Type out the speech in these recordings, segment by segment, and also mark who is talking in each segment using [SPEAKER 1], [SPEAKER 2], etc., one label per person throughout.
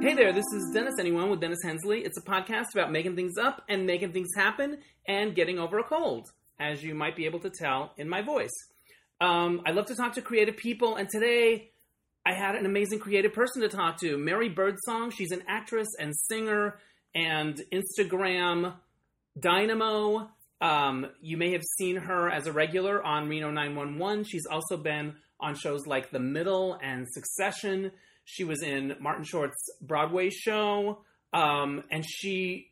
[SPEAKER 1] Hey there, this is Dennis Anyone with Dennis Hensley. It's a podcast about making things up and making things happen and getting over a cold, as you might be able to tell in my voice. Um, I love to talk to creative people, and today I had an amazing creative person to talk to, Mary Birdsong. She's an actress and singer and Instagram dynamo. Um, you may have seen her as a regular on Reno 911. She's also been on shows like The Middle and Succession. She was in Martin Short's Broadway show, um, and she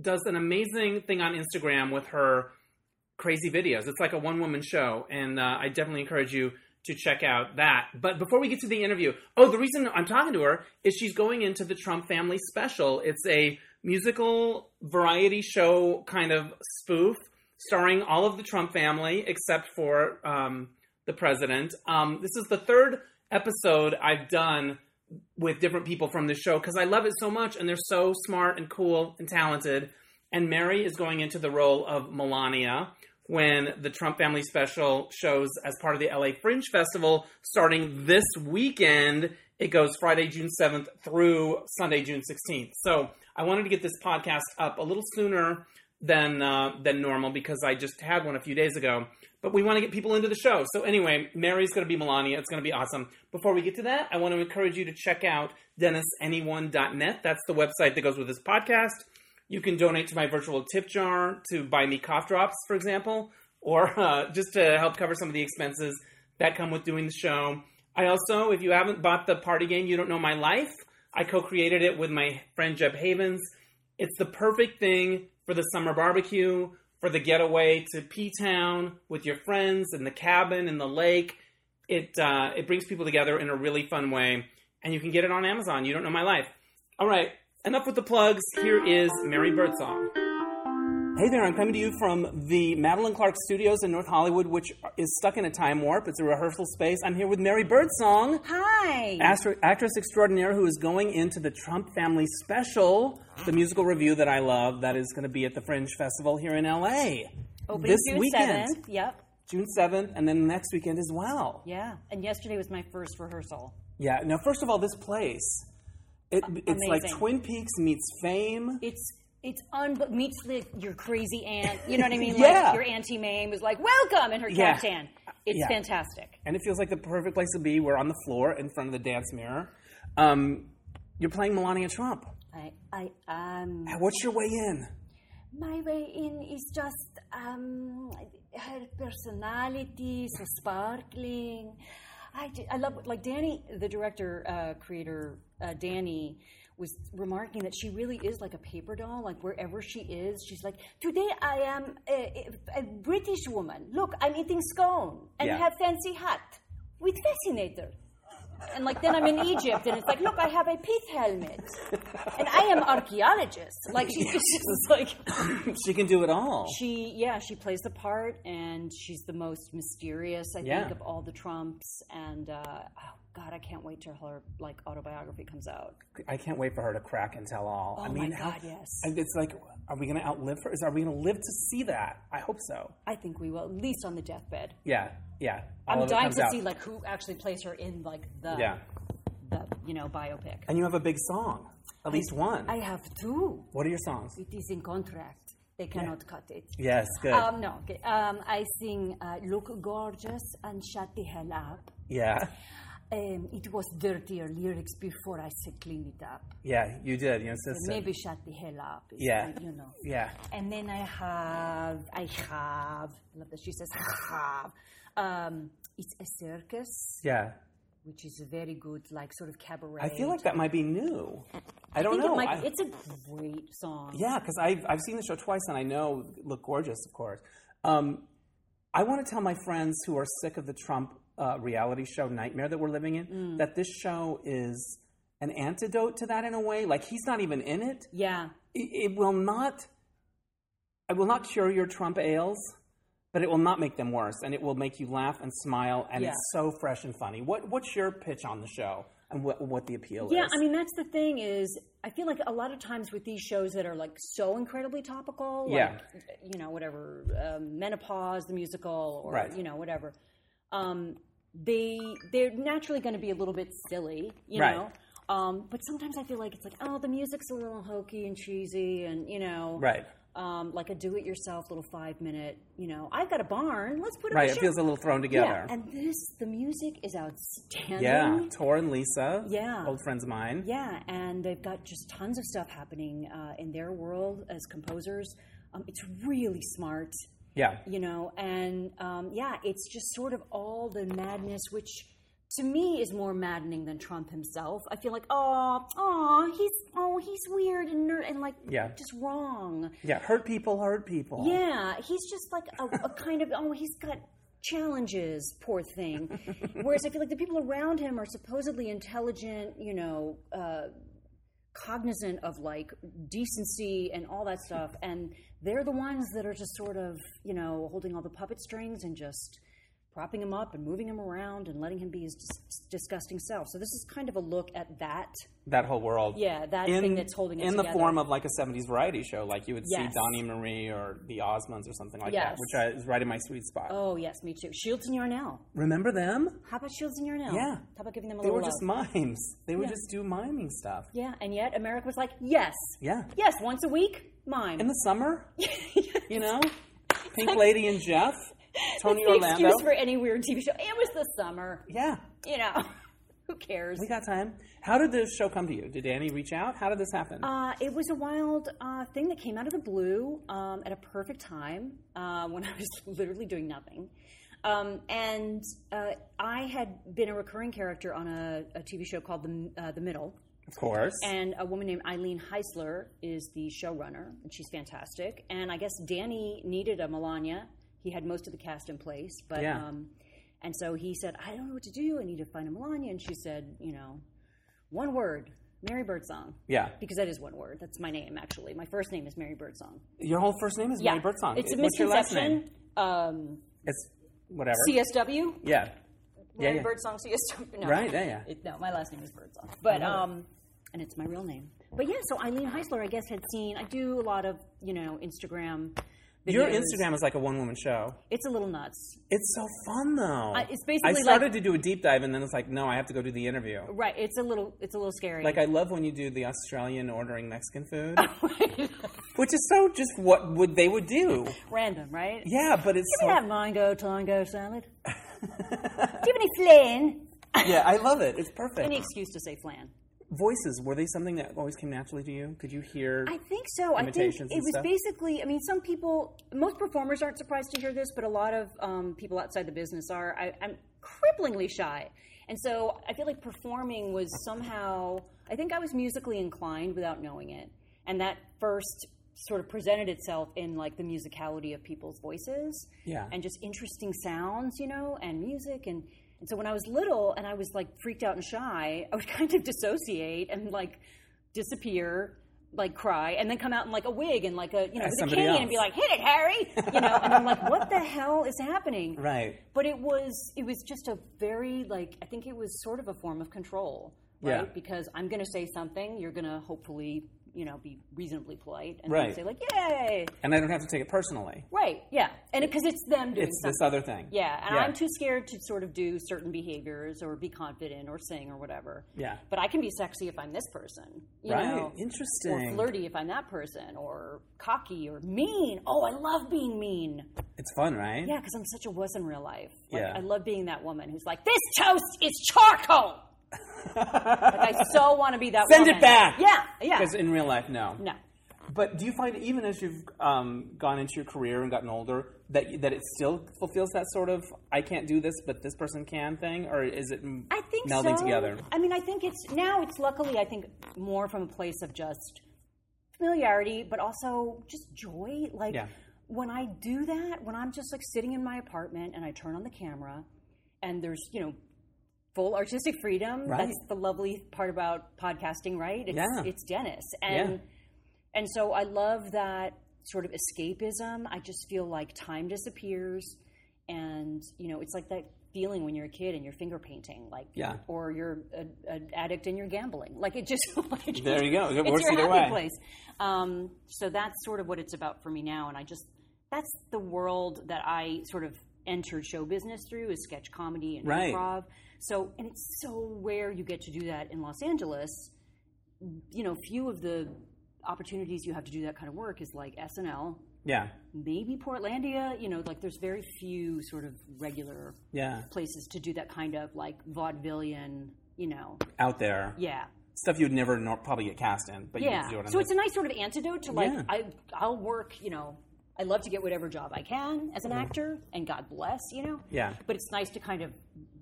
[SPEAKER 1] does an amazing thing on Instagram with her crazy videos. It's like a one woman show, and uh, I definitely encourage you to check out that. But before we get to the interview, oh, the reason I'm talking to her is she's going into the Trump Family Special. It's a musical variety show kind of spoof starring all of the Trump family except for um, the president. Um, this is the third episode I've done with different people from the show because I love it so much and they're so smart and cool and talented. And Mary is going into the role of Melania when the Trump Family Special shows as part of the LA Fringe Festival starting this weekend. It goes Friday, June 7th through Sunday, June 16th. So I wanted to get this podcast up a little sooner than uh, than normal because I just had one a few days ago. But we want to get people into the show. So anyway, Mary's going to be Melania. It's going to be awesome. Before we get to that, I want to encourage you to check out DennisAnyone.net. That's the website that goes with this podcast. You can donate to my virtual tip jar to buy me cough drops, for example, or uh, just to help cover some of the expenses that come with doing the show. I also, if you haven't bought the party game, you don't know my life. I co-created it with my friend Jeb Havens. It's the perfect thing for the summer barbecue, for the getaway to P Town with your friends in the cabin in the lake. It uh, it brings people together in a really fun way, and you can get it on Amazon. You don't know my life. All right, enough with the plugs. Here is Mary Birdsong. Hey there, I'm coming to you from the Madeline Clark Studios in North Hollywood, which is stuck in a time warp. It's a rehearsal space. I'm here with Mary Birdsong,
[SPEAKER 2] Hi.
[SPEAKER 1] astro- actress extraordinaire who is going into the Trump Family Special, the musical review that I love, that is going to be at the Fringe Festival here in LA.
[SPEAKER 2] Opening
[SPEAKER 1] this
[SPEAKER 2] June
[SPEAKER 1] weekend.
[SPEAKER 2] 7th. Yep.
[SPEAKER 1] June 7th, and then next weekend as well.
[SPEAKER 2] Yeah. And yesterday was my first rehearsal.
[SPEAKER 1] Yeah. Now, first of all, this place, it, it's like
[SPEAKER 2] amazing.
[SPEAKER 1] Twin Peaks meets fame.
[SPEAKER 2] It's it's un meets the, your crazy aunt. You know what I mean?
[SPEAKER 1] Yeah.
[SPEAKER 2] Like your auntie Mae was like, "Welcome" in her
[SPEAKER 1] Yeah.
[SPEAKER 2] caftan. It's
[SPEAKER 1] Yeah.
[SPEAKER 2] fantastic.
[SPEAKER 1] And it feels like the perfect place to be. We're on the floor in front of the dance mirror. Um, you're playing Melania Trump.
[SPEAKER 2] I I um
[SPEAKER 1] What's your way in?
[SPEAKER 2] my way in is just um her personality so sparkling. I, ju- I love like Danny, the director uh, creator uh, Danny was remarking that she really is like a paper doll. Like wherever she is, she's like, today I am a, a- a British woman. Look, I'm eating scone and
[SPEAKER 1] Yeah.
[SPEAKER 2] have fancy hat with fascinator. And like then I'm in Egypt, and it's like, look, I have a pith helmet, and I am archaeologist. Like she's just like
[SPEAKER 1] she can do it all.
[SPEAKER 2] she, yeah, she plays the part, and she's the most mysterious, I
[SPEAKER 1] Yeah.
[SPEAKER 2] think, of all the Trumps. And uh, oh God, I can't wait till her like autobiography comes out.
[SPEAKER 1] I can't wait for her to crack and tell all. I
[SPEAKER 2] Oh
[SPEAKER 1] mean,
[SPEAKER 2] my
[SPEAKER 1] how-
[SPEAKER 2] God, yes.
[SPEAKER 1] and It's like, are we going to outlive her? Is, are we going to live to see that? I hope so.
[SPEAKER 2] I think we will, at least on the deathbed.
[SPEAKER 1] Yeah, yeah. All
[SPEAKER 2] I'm
[SPEAKER 1] of it
[SPEAKER 2] dying
[SPEAKER 1] comes
[SPEAKER 2] to
[SPEAKER 1] out.
[SPEAKER 2] see like who actually plays her in like the
[SPEAKER 1] Yeah.
[SPEAKER 2] the you know biopic.
[SPEAKER 1] And you have a big song, at least one.
[SPEAKER 2] I have two.
[SPEAKER 1] what are your songs?
[SPEAKER 2] It is in contract. They cannot cut it.
[SPEAKER 1] Yes, good.
[SPEAKER 2] Um, no, okay. Um, I sing uh, Look Gorgeous and Shut the Hell Up.
[SPEAKER 1] yeah,
[SPEAKER 2] Um, it was dirtier lyrics before I said clean it up.
[SPEAKER 1] yeah, you did. You insisted.
[SPEAKER 2] Maybe Shut the Hell Up. is,
[SPEAKER 1] Yeah.
[SPEAKER 2] uh, you know.
[SPEAKER 1] Yeah.
[SPEAKER 2] And then I have, I have, love that she says have. Um, it's a circus,
[SPEAKER 1] Yeah.
[SPEAKER 2] which is a very good, like, sort of cabaret.
[SPEAKER 1] I feel like that might be new. I don't
[SPEAKER 2] I think
[SPEAKER 1] know.
[SPEAKER 2] it might
[SPEAKER 1] I-
[SPEAKER 2] be- it's a great song.
[SPEAKER 1] yeah, because I've, I've seen the show twice and I know look gorgeous, of course. Um, I want to tell my friends who are sick of the Trump uh, reality show nightmare that we're living in
[SPEAKER 2] Mm.
[SPEAKER 1] that this show is an antidote to that in a way. Like he's not even in it.
[SPEAKER 2] Yeah.
[SPEAKER 1] It, it will not. I will not cure your Trump ails, but it will not make them worse, and it will make you laugh and smile, and it's so fresh and funny. What What's your pitch on the show and what what the appeal
[SPEAKER 2] Yeah,
[SPEAKER 1] is?
[SPEAKER 2] I mean that's the thing is I feel like a lot of times with these shows that are like so incredibly topical, like
[SPEAKER 1] Yeah.
[SPEAKER 2] you know whatever um, menopause the musical or
[SPEAKER 1] Right.
[SPEAKER 2] you know whatever, um, they they're naturally going to be a little bit silly, you
[SPEAKER 1] Right.
[SPEAKER 2] know. Um, but sometimes I feel like it's like, oh, the music's a little hokey and cheesy, and you know,
[SPEAKER 1] Right.
[SPEAKER 2] Um, like a do-it-yourself little five-minute, you know, I've got a barn. Let's put it.
[SPEAKER 1] Right.
[SPEAKER 2] In a
[SPEAKER 1] It feels a little thrown together.
[SPEAKER 2] Yeah, and this, the music is outstanding.
[SPEAKER 1] Yeah, Tor and Lisa.
[SPEAKER 2] Mm-hmm. Yeah.
[SPEAKER 1] Old friends of mine.
[SPEAKER 2] Yeah, and they've got just tons of stuff happening uh, in their world as composers. Um, it's really smart,
[SPEAKER 1] Yeah.
[SPEAKER 2] you know, and um, yeah, it's just sort of all the madness, which to me is more maddening than Trump himself. I feel like, oh, oh, he's oh, he's weird and nerd and like
[SPEAKER 1] Yeah.
[SPEAKER 2] just wrong.
[SPEAKER 1] Yeah. Hurt people, hurt people.
[SPEAKER 2] Yeah, he's just like a, a kind of oh, he's got challenges, poor thing. Whereas I feel like the people around him are supposedly intelligent, you know, uh, cognizant of like decency and all that stuff, and they're the ones that are just sort of you know holding all the puppet strings and just propping him up and moving him around and letting him be his dis- disgusting self. So this is kind of a look at that.
[SPEAKER 1] That whole world.
[SPEAKER 2] Yeah, that thing that's holding it
[SPEAKER 1] in the
[SPEAKER 2] together.
[SPEAKER 1] form of like a 70s variety show like you would
[SPEAKER 2] Yes.
[SPEAKER 1] see donnie marie or the osmonds or something like
[SPEAKER 2] Yes.
[SPEAKER 1] that which I, is right in my sweet spot
[SPEAKER 2] Oh yes, me too. Shields and Yarnell.
[SPEAKER 1] remember them
[SPEAKER 2] How about Shields and Yarnell?
[SPEAKER 1] Yeah.
[SPEAKER 2] How about giving them a
[SPEAKER 1] they
[SPEAKER 2] little
[SPEAKER 1] were
[SPEAKER 2] love?
[SPEAKER 1] just mimes they would just do miming stuff
[SPEAKER 2] Yeah, and yet America was like, yes,
[SPEAKER 1] yeah
[SPEAKER 2] yes, once a week, mime.
[SPEAKER 1] in the summer you know pink lady and jeff tony
[SPEAKER 2] It's the
[SPEAKER 1] orlando
[SPEAKER 2] excuse for any weird TV show. It was the summer,
[SPEAKER 1] yeah
[SPEAKER 2] you know. Who cares?
[SPEAKER 1] we got time how did this show come to you did danny reach out how did this happen
[SPEAKER 2] Uh, it was a wild uh, thing that came out of the blue um, at a perfect time uh, when I was literally doing nothing. Um, and uh, I had been a recurring character on a, a TV show called The, uh, the Middle.
[SPEAKER 1] of course
[SPEAKER 2] And a woman named Eileen Heisler is the showrunner, and she's fantastic. And I guess Danny needed a Melania. He had most of the cast in place, but
[SPEAKER 1] Yeah.
[SPEAKER 2] um, and so he said, "I don't know what to do. I need to find a Melania." And she said, "You know, one word, Mary Birdsong."
[SPEAKER 1] yeah
[SPEAKER 2] Because that is one word. That's my name, actually. My first name is Mary Birdsong.
[SPEAKER 1] your whole first name is
[SPEAKER 2] Yeah,
[SPEAKER 1] Mary birdsong
[SPEAKER 2] It's a
[SPEAKER 1] What's your last name?
[SPEAKER 2] misconception. Um,
[SPEAKER 1] it's whatever
[SPEAKER 2] CSW.
[SPEAKER 1] yeah
[SPEAKER 2] Mary
[SPEAKER 1] yeah.
[SPEAKER 2] Birdsong CSW. No.
[SPEAKER 1] Right, yeah, yeah.
[SPEAKER 2] It- no, my last name is Birdsong. But, um, and it's my real name. But yeah, so Eileen Heisler, I guess, had seen, I do a lot of, you know, Instagram videos.
[SPEAKER 1] your instagram is like a one-woman show
[SPEAKER 2] It's a little nuts.
[SPEAKER 1] It's so fun though.
[SPEAKER 2] it's basically
[SPEAKER 1] I started
[SPEAKER 2] like-
[SPEAKER 1] to do a deep dive, and then it's like, no, I have to go do the interview.
[SPEAKER 2] Right, it's a little, it's a little scary.
[SPEAKER 1] Like I love when you do the Australian ordering Mexican food,
[SPEAKER 2] Oh
[SPEAKER 1] which is so just what would they would do.
[SPEAKER 2] Random, right?
[SPEAKER 1] Yeah, but it's
[SPEAKER 2] Do you
[SPEAKER 1] so,
[SPEAKER 2] have mango tango salad? do you have any flan?
[SPEAKER 1] yeah, I love it. It's perfect.
[SPEAKER 2] Any excuse to say flan.
[SPEAKER 1] Voices were they something that always came naturally to you? Could you hear?
[SPEAKER 2] I think so. I think
[SPEAKER 1] imitations
[SPEAKER 2] it
[SPEAKER 1] and
[SPEAKER 2] was
[SPEAKER 1] stuff?
[SPEAKER 2] basically. I mean, some people, most performers aren't surprised to hear this, but a lot of um, people outside the business are. I, I'm cripplingly shy, and so I feel like performing was somehow. I think I was musically inclined without knowing it, and that first sort of presented itself in like the musicality of people's voices
[SPEAKER 1] Yeah.
[SPEAKER 2] and just interesting sounds, you know, and music and. And so when I was little and I was like freaked out and shy, I would kind of dissociate and like disappear, like cry, and then come out in like a wig and like a you know
[SPEAKER 1] As
[SPEAKER 2] with a
[SPEAKER 1] somebody
[SPEAKER 2] cane and be
[SPEAKER 1] else.
[SPEAKER 2] like, "Hit it, Harry!" You know, and I'm like, "What the hell is happening?"
[SPEAKER 1] right.
[SPEAKER 2] But it was it was just a very like I think it was sort of a form of control,
[SPEAKER 1] Yeah.
[SPEAKER 2] right? Because I'm going to say something, you're going to hopefully you know be reasonably polite and
[SPEAKER 1] Right.
[SPEAKER 2] say like, "Yay!"
[SPEAKER 1] And I don't have to take it personally.
[SPEAKER 2] Right? Yeah, and because it's them doing
[SPEAKER 1] It's
[SPEAKER 2] something.
[SPEAKER 1] this other thing.
[SPEAKER 2] Yeah, and I'm too scared to sort of do certain behaviors or be confident or sing or whatever.
[SPEAKER 1] Yeah.
[SPEAKER 2] But I can be sexy if I'm this person. You
[SPEAKER 1] Right.
[SPEAKER 2] Know? Or
[SPEAKER 1] Interesting.
[SPEAKER 2] flirty if I'm that person. Or cocky or mean. Oh, I love being mean.
[SPEAKER 1] It's fun, right?
[SPEAKER 2] Yeah, because I'm such a wuss in real life. Like,
[SPEAKER 1] Yeah.
[SPEAKER 2] I love being that woman who's like, this toast is charcoal. like, I so want to be that
[SPEAKER 1] Send it
[SPEAKER 2] woman.
[SPEAKER 1] back.
[SPEAKER 2] Yeah, yeah.
[SPEAKER 1] Because in real life, no.
[SPEAKER 2] No.
[SPEAKER 1] But do you find even as you've um, gone into your career and gotten older that that it still fulfills that sort of I can't do this but this person can thing, or is it m-
[SPEAKER 2] I think
[SPEAKER 1] melding
[SPEAKER 2] so.
[SPEAKER 1] together?
[SPEAKER 2] I mean, I think it's now. It's luckily, I think more from a place of just familiarity, but also just joy. Like
[SPEAKER 1] Yeah.
[SPEAKER 2] when I do that, when I'm just like sitting in my apartment and I turn on the camera, and there's you know full artistic freedom.
[SPEAKER 1] Right.
[SPEAKER 2] That's the lovely part about podcasting, right? It's,
[SPEAKER 1] Yeah.
[SPEAKER 2] it's Dennis, and
[SPEAKER 1] Yeah.
[SPEAKER 2] and so I love that sort of escapism. I just feel like time disappears, and you know, it's like that feeling when you're a kid and you're finger painting, like
[SPEAKER 1] Yeah.
[SPEAKER 2] or you're a- an addict and you're gambling. Like it just like,
[SPEAKER 1] There you go. It
[SPEAKER 2] it's
[SPEAKER 1] works
[SPEAKER 2] your
[SPEAKER 1] either
[SPEAKER 2] happy
[SPEAKER 1] way.
[SPEAKER 2] place. Um, so that's sort of what it's about for me now, and I just that's the world that I sort of entered show business through is sketch comedy and
[SPEAKER 1] Right.
[SPEAKER 2] improv. So, and it's so rare you get to do that in Los Angeles. You know, few of the opportunities you have to do that kind of work is like SNL,
[SPEAKER 1] Yeah.
[SPEAKER 2] maybe Portlandia. You know, like there's very few sort of regular
[SPEAKER 1] Yeah.
[SPEAKER 2] places to do that kind of like vaudevillian. You know,
[SPEAKER 1] Out there.
[SPEAKER 2] yeah.
[SPEAKER 1] Stuff you'd never nor- probably get cast in, but you
[SPEAKER 2] Yeah.
[SPEAKER 1] get to do it on
[SPEAKER 2] So
[SPEAKER 1] the-
[SPEAKER 2] it's a nice sort of antidote to like
[SPEAKER 1] Yeah.
[SPEAKER 2] I I'll work, you know, I love to get whatever job I can as an actor and God bless, you know.
[SPEAKER 1] Mm-hmm. Yeah.
[SPEAKER 2] But it's nice to kind of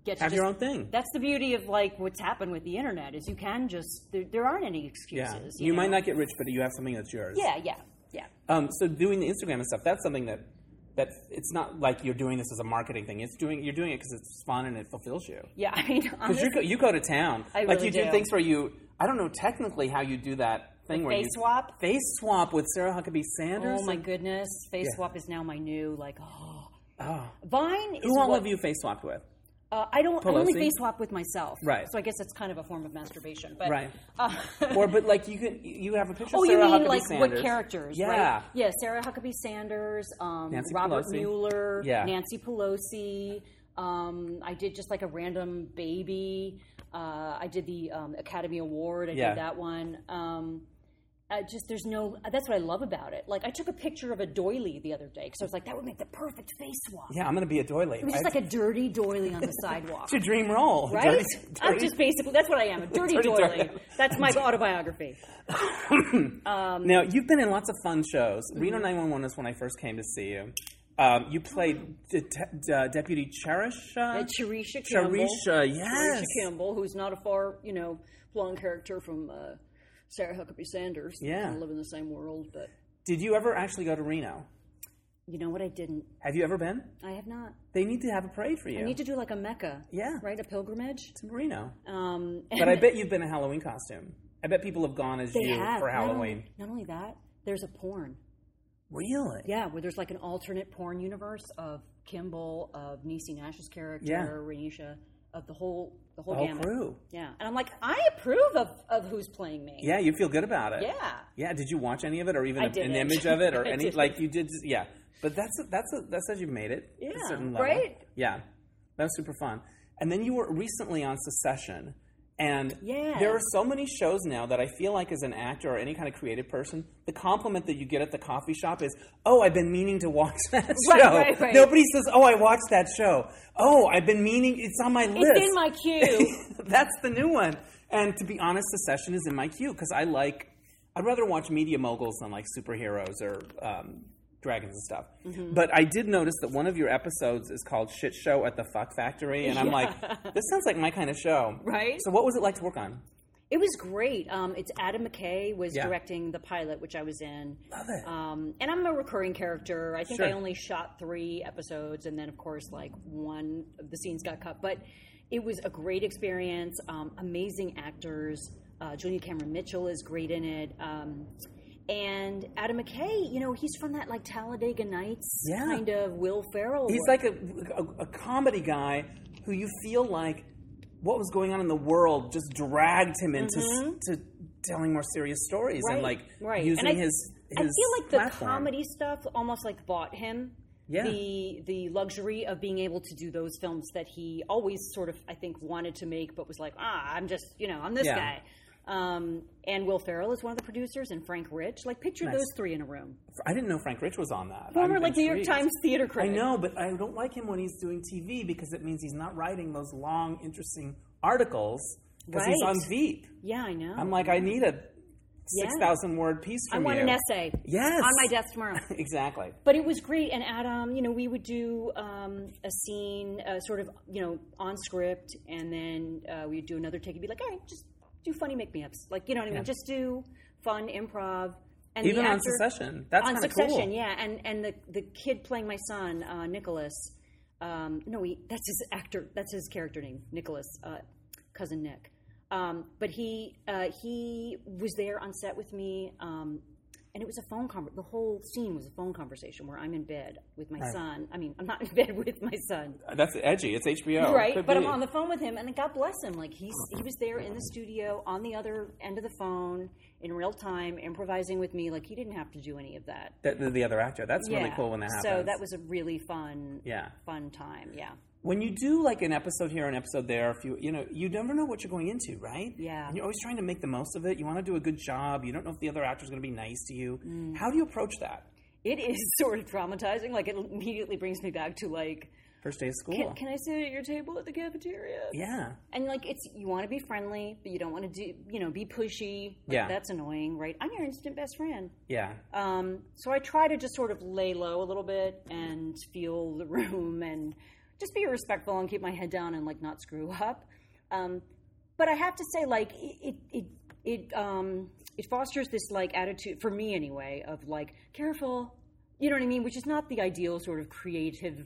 [SPEAKER 2] get to
[SPEAKER 1] Have your
[SPEAKER 2] just-
[SPEAKER 1] own thing.
[SPEAKER 2] That's the beauty of like what's happened with the internet is you can just there, there aren't any
[SPEAKER 1] yeah.
[SPEAKER 2] excuses.
[SPEAKER 1] You, might
[SPEAKER 2] know?
[SPEAKER 1] not get rich, but you have something that's yours.
[SPEAKER 2] Yeah, yeah. Yeah.
[SPEAKER 1] Um, so doing the Instagram and stuff, that's something that that it's not like you're doing this as a marketing thing. It's doing you're doing it because it's fun and it fulfills you.
[SPEAKER 2] Yeah, I mean,
[SPEAKER 1] Because
[SPEAKER 2] honestly,
[SPEAKER 1] you go, you go to town,
[SPEAKER 2] I
[SPEAKER 1] like
[SPEAKER 2] really
[SPEAKER 1] you do,
[SPEAKER 2] do.
[SPEAKER 1] things where you. I don't know technically how you do that thing where
[SPEAKER 2] face
[SPEAKER 1] you
[SPEAKER 2] swap?
[SPEAKER 1] face swap with Sarah Huckabee Sanders.
[SPEAKER 2] oh my goodness, face
[SPEAKER 1] Yeah.
[SPEAKER 2] swap is now my new like oh. Vine is
[SPEAKER 1] Who all
[SPEAKER 2] what,
[SPEAKER 1] of you face swapped with?
[SPEAKER 2] Uh, I don't. I only
[SPEAKER 1] Pelosi?
[SPEAKER 2] face swap with myself.
[SPEAKER 1] Right.
[SPEAKER 2] So I guess that's kind of a form of masturbation. But
[SPEAKER 1] Right.
[SPEAKER 2] uh,
[SPEAKER 1] Or but like you could you have a picture.
[SPEAKER 2] Oh,
[SPEAKER 1] of Sarah
[SPEAKER 2] you mean
[SPEAKER 1] Huckabee
[SPEAKER 2] like
[SPEAKER 1] Sanders.
[SPEAKER 2] what characters?
[SPEAKER 1] Yeah.
[SPEAKER 2] Right? Yeah, Sarah Huckabee Sanders, um,
[SPEAKER 1] Nancy
[SPEAKER 2] Robert
[SPEAKER 1] Pelosi.
[SPEAKER 2] Mueller,
[SPEAKER 1] Yeah.
[SPEAKER 2] Nancy Pelosi. Um, I did just like a random baby. Uh, I did the um, Academy Award. I
[SPEAKER 1] Yeah.
[SPEAKER 2] did that one. Um, I just there's no. That's what I love about it. Like I took a picture of a doily the other day because I was like that would make the perfect face swap.
[SPEAKER 1] Yeah, I'm gonna be a doily.
[SPEAKER 2] It's just like a dirty doily on the sidewalk.
[SPEAKER 1] it's your dream role,
[SPEAKER 2] Right?
[SPEAKER 1] Dirty-
[SPEAKER 2] I'm
[SPEAKER 1] dirty-
[SPEAKER 2] just basically that's what I am—a dirty,
[SPEAKER 1] Dirty
[SPEAKER 2] doily.
[SPEAKER 1] doily.
[SPEAKER 2] That's my autobiography. Um,
[SPEAKER 1] Now you've been in lots of fun shows.
[SPEAKER 2] Mm-hmm.
[SPEAKER 1] Reno 911 is when I first came to see you. Um, you played Det- uh, Deputy Cherish.
[SPEAKER 2] Uh,
[SPEAKER 1] Uh,
[SPEAKER 2] Charisha Campbell.
[SPEAKER 1] Cherisha,
[SPEAKER 2] Alicia
[SPEAKER 1] yes.
[SPEAKER 2] Campbell, who's not a far, you know, long character from uh, Sarah Huckabee Sanders. They
[SPEAKER 1] Yeah.
[SPEAKER 2] kinda live in the same world, but
[SPEAKER 1] Did you ever actually go to Reno?
[SPEAKER 2] you know what? I didn't.
[SPEAKER 1] Have you ever been?
[SPEAKER 2] I have not.
[SPEAKER 1] They need to have a parade for you.
[SPEAKER 2] I need to do like a Mecca.
[SPEAKER 1] Yeah.
[SPEAKER 2] Right, a pilgrimage.
[SPEAKER 1] to Reno.
[SPEAKER 2] Um,
[SPEAKER 1] But I bet you've been in a Halloween costume. I bet people have gone as
[SPEAKER 2] they
[SPEAKER 1] you
[SPEAKER 2] have
[SPEAKER 1] for
[SPEAKER 2] not only-
[SPEAKER 1] Halloween.
[SPEAKER 2] Not only, that, there's a porn.
[SPEAKER 1] Really?
[SPEAKER 2] Yeah, where there's like an alternate porn universe of Kimball, of Niecy Nash's character,
[SPEAKER 1] Yeah.
[SPEAKER 2] Renisha, of the whole the whole
[SPEAKER 1] The whole
[SPEAKER 2] gamut.
[SPEAKER 1] crew.
[SPEAKER 2] Yeah, and I'm like, I approve of of who's playing me.
[SPEAKER 1] Yeah, you feel good about it.
[SPEAKER 2] Yeah.
[SPEAKER 1] Yeah. Did you watch any of it, or even
[SPEAKER 2] I
[SPEAKER 1] a- an
[SPEAKER 2] didn't.
[SPEAKER 1] image of it, or
[SPEAKER 2] I
[SPEAKER 1] any
[SPEAKER 2] didn't.
[SPEAKER 1] like you did? Yeah. But that's a, that's a, that says you've made it. at a
[SPEAKER 2] Yeah,
[SPEAKER 1] certain level.
[SPEAKER 2] right?
[SPEAKER 1] Yeah. That was super fun. And then you were recently on Secession, and
[SPEAKER 2] Yes.
[SPEAKER 1] there are so many shows now that I feel like as an actor or any kind of creative person, the compliment that you get at the coffee shop is, "Oh, I've been meaning to watch that show."
[SPEAKER 2] Right, right, right.
[SPEAKER 1] Nobody says, "Oh, I watched that show." Oh, I've been meaning. It's on my list.
[SPEAKER 2] It's in my queue.
[SPEAKER 1] That's the new one. And to be honest, Secession is in my queue because I like. I'd rather watch media moguls than like superheroes or um, dragons and stuff.
[SPEAKER 2] Mm-hmm.
[SPEAKER 1] But I did notice that one of your episodes is called "Shit Show at the Fuck Factory," and I'm like, this sounds like my kind of show,
[SPEAKER 2] Right?
[SPEAKER 1] So, what was it like to work on?
[SPEAKER 2] It was great. Um, it's Adam McKay was
[SPEAKER 1] Yeah.
[SPEAKER 2] directing the pilot, which I was in.
[SPEAKER 1] Love it.
[SPEAKER 2] Um, and I'm a recurring character. I think I
[SPEAKER 1] Sure.
[SPEAKER 2] only shot three episodes, and then of course, like one of the scenes got cut. But it was a great experience. Um, amazing actors. Uh, Julia Cameron Mitchell is great in it. Um, and Adam McKay, you know, he's from that like Talladega Nights
[SPEAKER 1] Yeah.
[SPEAKER 2] kind of Will Ferrell.
[SPEAKER 1] He's
[SPEAKER 2] look.
[SPEAKER 1] like a, a, a comedy guy who you feel like what was going on in the world just dragged him into
[SPEAKER 2] Mm-hmm.
[SPEAKER 1] s- to telling more serious stories and like using
[SPEAKER 2] I,
[SPEAKER 1] his, his.
[SPEAKER 2] I feel like the
[SPEAKER 1] platform.
[SPEAKER 2] comedy stuff almost like bought him
[SPEAKER 1] Yeah.
[SPEAKER 2] the the luxury of being able to do those films that he always sort of I think wanted to make, but was like, ah, I'm just you know I'm this
[SPEAKER 1] Yeah.
[SPEAKER 2] guy. Um, and Will Ferrell is one of the producers, and Frank Rich. Like, picture
[SPEAKER 1] Nice.
[SPEAKER 2] those three in a room.
[SPEAKER 1] I didn't know Frank Rich was on that.
[SPEAKER 2] Former
[SPEAKER 1] I'm
[SPEAKER 2] like New York
[SPEAKER 1] intrigued.
[SPEAKER 2] Times theater
[SPEAKER 1] I
[SPEAKER 2] critic.
[SPEAKER 1] know, but I don't like him when he's doing TV because it means he's not writing those long, interesting articles because he's
[SPEAKER 2] Right.
[SPEAKER 1] on Veep.
[SPEAKER 2] Yeah, I know.
[SPEAKER 1] I'm like, I need a six thousand word piece
[SPEAKER 2] I
[SPEAKER 1] from
[SPEAKER 2] want
[SPEAKER 1] you.
[SPEAKER 2] an essay.
[SPEAKER 1] Yes.
[SPEAKER 2] on my desk tomorrow.
[SPEAKER 1] Exactly.
[SPEAKER 2] but it was great and adam you know we would do um, a scene uh, sort of you know on script and then uh, we'd do another take and be like all right just do funny make-me-ups like you know what i mean just do fun improv and
[SPEAKER 1] Even
[SPEAKER 2] the
[SPEAKER 1] on
[SPEAKER 2] actor-
[SPEAKER 1] Succession, that's
[SPEAKER 2] on
[SPEAKER 1] kind of
[SPEAKER 2] Succession,
[SPEAKER 1] cool.
[SPEAKER 2] yeah, and and the the kid playing my son, uh, Nicholas. Um, no, he that's his actor. That's his character name, Nicholas, uh, cousin Nick. Um, but he uh, he was there on set with me. Um, and it was a phone conver- the whole scene was a phone conversation where I'm in bed with my
[SPEAKER 1] Right.
[SPEAKER 2] son. I mean, I'm not in bed with my son,
[SPEAKER 1] That's edgy. It's HBO.
[SPEAKER 2] right?
[SPEAKER 1] Oh, Could
[SPEAKER 2] But I'm
[SPEAKER 1] be.
[SPEAKER 2] on the phone with him, and God bless him. Like he's he was there in the studio on the other end of the phone in real time, improvising with me. Like he didn't have to do any of that.
[SPEAKER 1] Th- th- the other actor. That's really
[SPEAKER 2] Yeah.
[SPEAKER 1] cool when that happens.
[SPEAKER 2] So that was a really fun,
[SPEAKER 1] Yeah.
[SPEAKER 2] fun time. Yeah.
[SPEAKER 1] when you do like an episode here, an episode there, if you you know you never know what you're going into, right?
[SPEAKER 2] Yeah.
[SPEAKER 1] And you're always trying to make the most of it. You want to do a good job. You don't know if the other actor's going to be nice to you.
[SPEAKER 2] Mm.
[SPEAKER 1] How do you approach that?
[SPEAKER 2] It is sort of traumatizing. Like it immediately brings me back to like,
[SPEAKER 1] First day of school.
[SPEAKER 2] can, can I sit at your table at the cafeteria?
[SPEAKER 1] yeah.
[SPEAKER 2] And like it's you want to be friendly, but you don't want to do you know be pushy. Like,
[SPEAKER 1] Yeah.
[SPEAKER 2] that's annoying, right? I'm your instant best friend.
[SPEAKER 1] Yeah.
[SPEAKER 2] Um, so I try to just sort of lay low a little bit and feel the room and just be respectful and keep my head down and like not screw up. Um, but I have to say, like it it it um, it fosters this like attitude for me anyway of like careful, you know what I mean, which is not the ideal sort of creative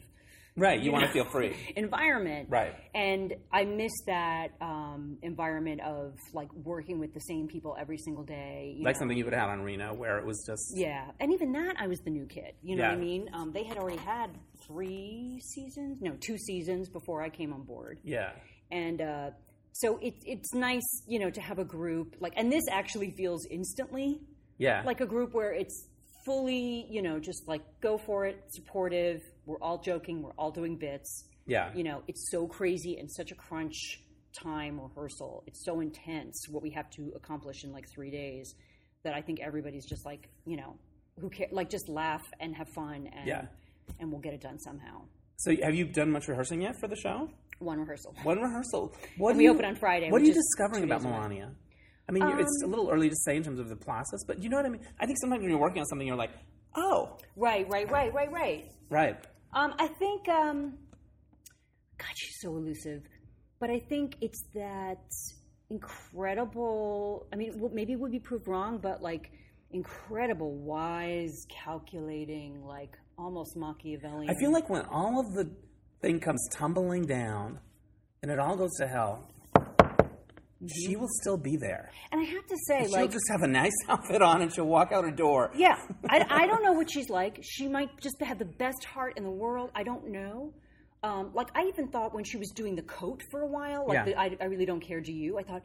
[SPEAKER 1] Right. You, want to feel free.
[SPEAKER 2] environment.
[SPEAKER 1] Right.
[SPEAKER 2] And I miss that um, environment of like working with the same people every single day. You
[SPEAKER 1] Like
[SPEAKER 2] know?
[SPEAKER 1] something you would have on Reno, where it was just
[SPEAKER 2] Yeah, and even that, I was the new kid. You know what I
[SPEAKER 1] Yeah.
[SPEAKER 2] mean? Um, they had already had three seasons, no, two seasons before I came on board,
[SPEAKER 1] yeah.
[SPEAKER 2] and uh, so it, it's nice, you know, to have a group like. And this actually feels instantly
[SPEAKER 1] Yeah.
[SPEAKER 2] like a group where it's fully, you know, just like go for it, supportive. We're all joking. We're all doing bits
[SPEAKER 1] yeah.
[SPEAKER 2] you know, it's so crazy and such a crunch time rehearsal. It's so intense what we have to accomplish in like three days that I think everybody's just like, you know, who care? Like, just laugh and have fun, and
[SPEAKER 1] Yeah.
[SPEAKER 2] and we'll get it done somehow.
[SPEAKER 1] So have you done much rehearsing yet for the show?
[SPEAKER 2] One rehearsal.
[SPEAKER 1] One rehearsal. What do
[SPEAKER 2] we
[SPEAKER 1] you-
[SPEAKER 2] open on Friday,
[SPEAKER 1] What are
[SPEAKER 2] which
[SPEAKER 1] you
[SPEAKER 2] is Um,
[SPEAKER 1] discovering
[SPEAKER 2] two
[SPEAKER 1] about
[SPEAKER 2] days away.
[SPEAKER 1] Melania? I mean, you're it's a little early to say in terms of the process, but you know what I mean. I think sometimes when you're working on something, you're like, oh,
[SPEAKER 2] Right, right, right, right, right.
[SPEAKER 1] right,
[SPEAKER 2] Um, I think, um, God, she's so elusive. But I think it's that incredible. I mean, well, maybe we'll be proved wrong, but like incredible, wise, calculating, like almost Machiavellian.
[SPEAKER 1] I feel like when all of the thing comes tumbling down and it all goes to hell, she will still be there.
[SPEAKER 2] and I have to say,
[SPEAKER 1] she'll
[SPEAKER 2] Mm-hmm. like,
[SPEAKER 1] just have a nice outfit on and she'll walk out her door.
[SPEAKER 2] yeah, I, I don't know what she's like. She might just have the best heart in the world. I don't know. Um, like I even thought when she was doing the coat for a while, like
[SPEAKER 1] Yeah.
[SPEAKER 2] the, I, I really don't care to you. I thought,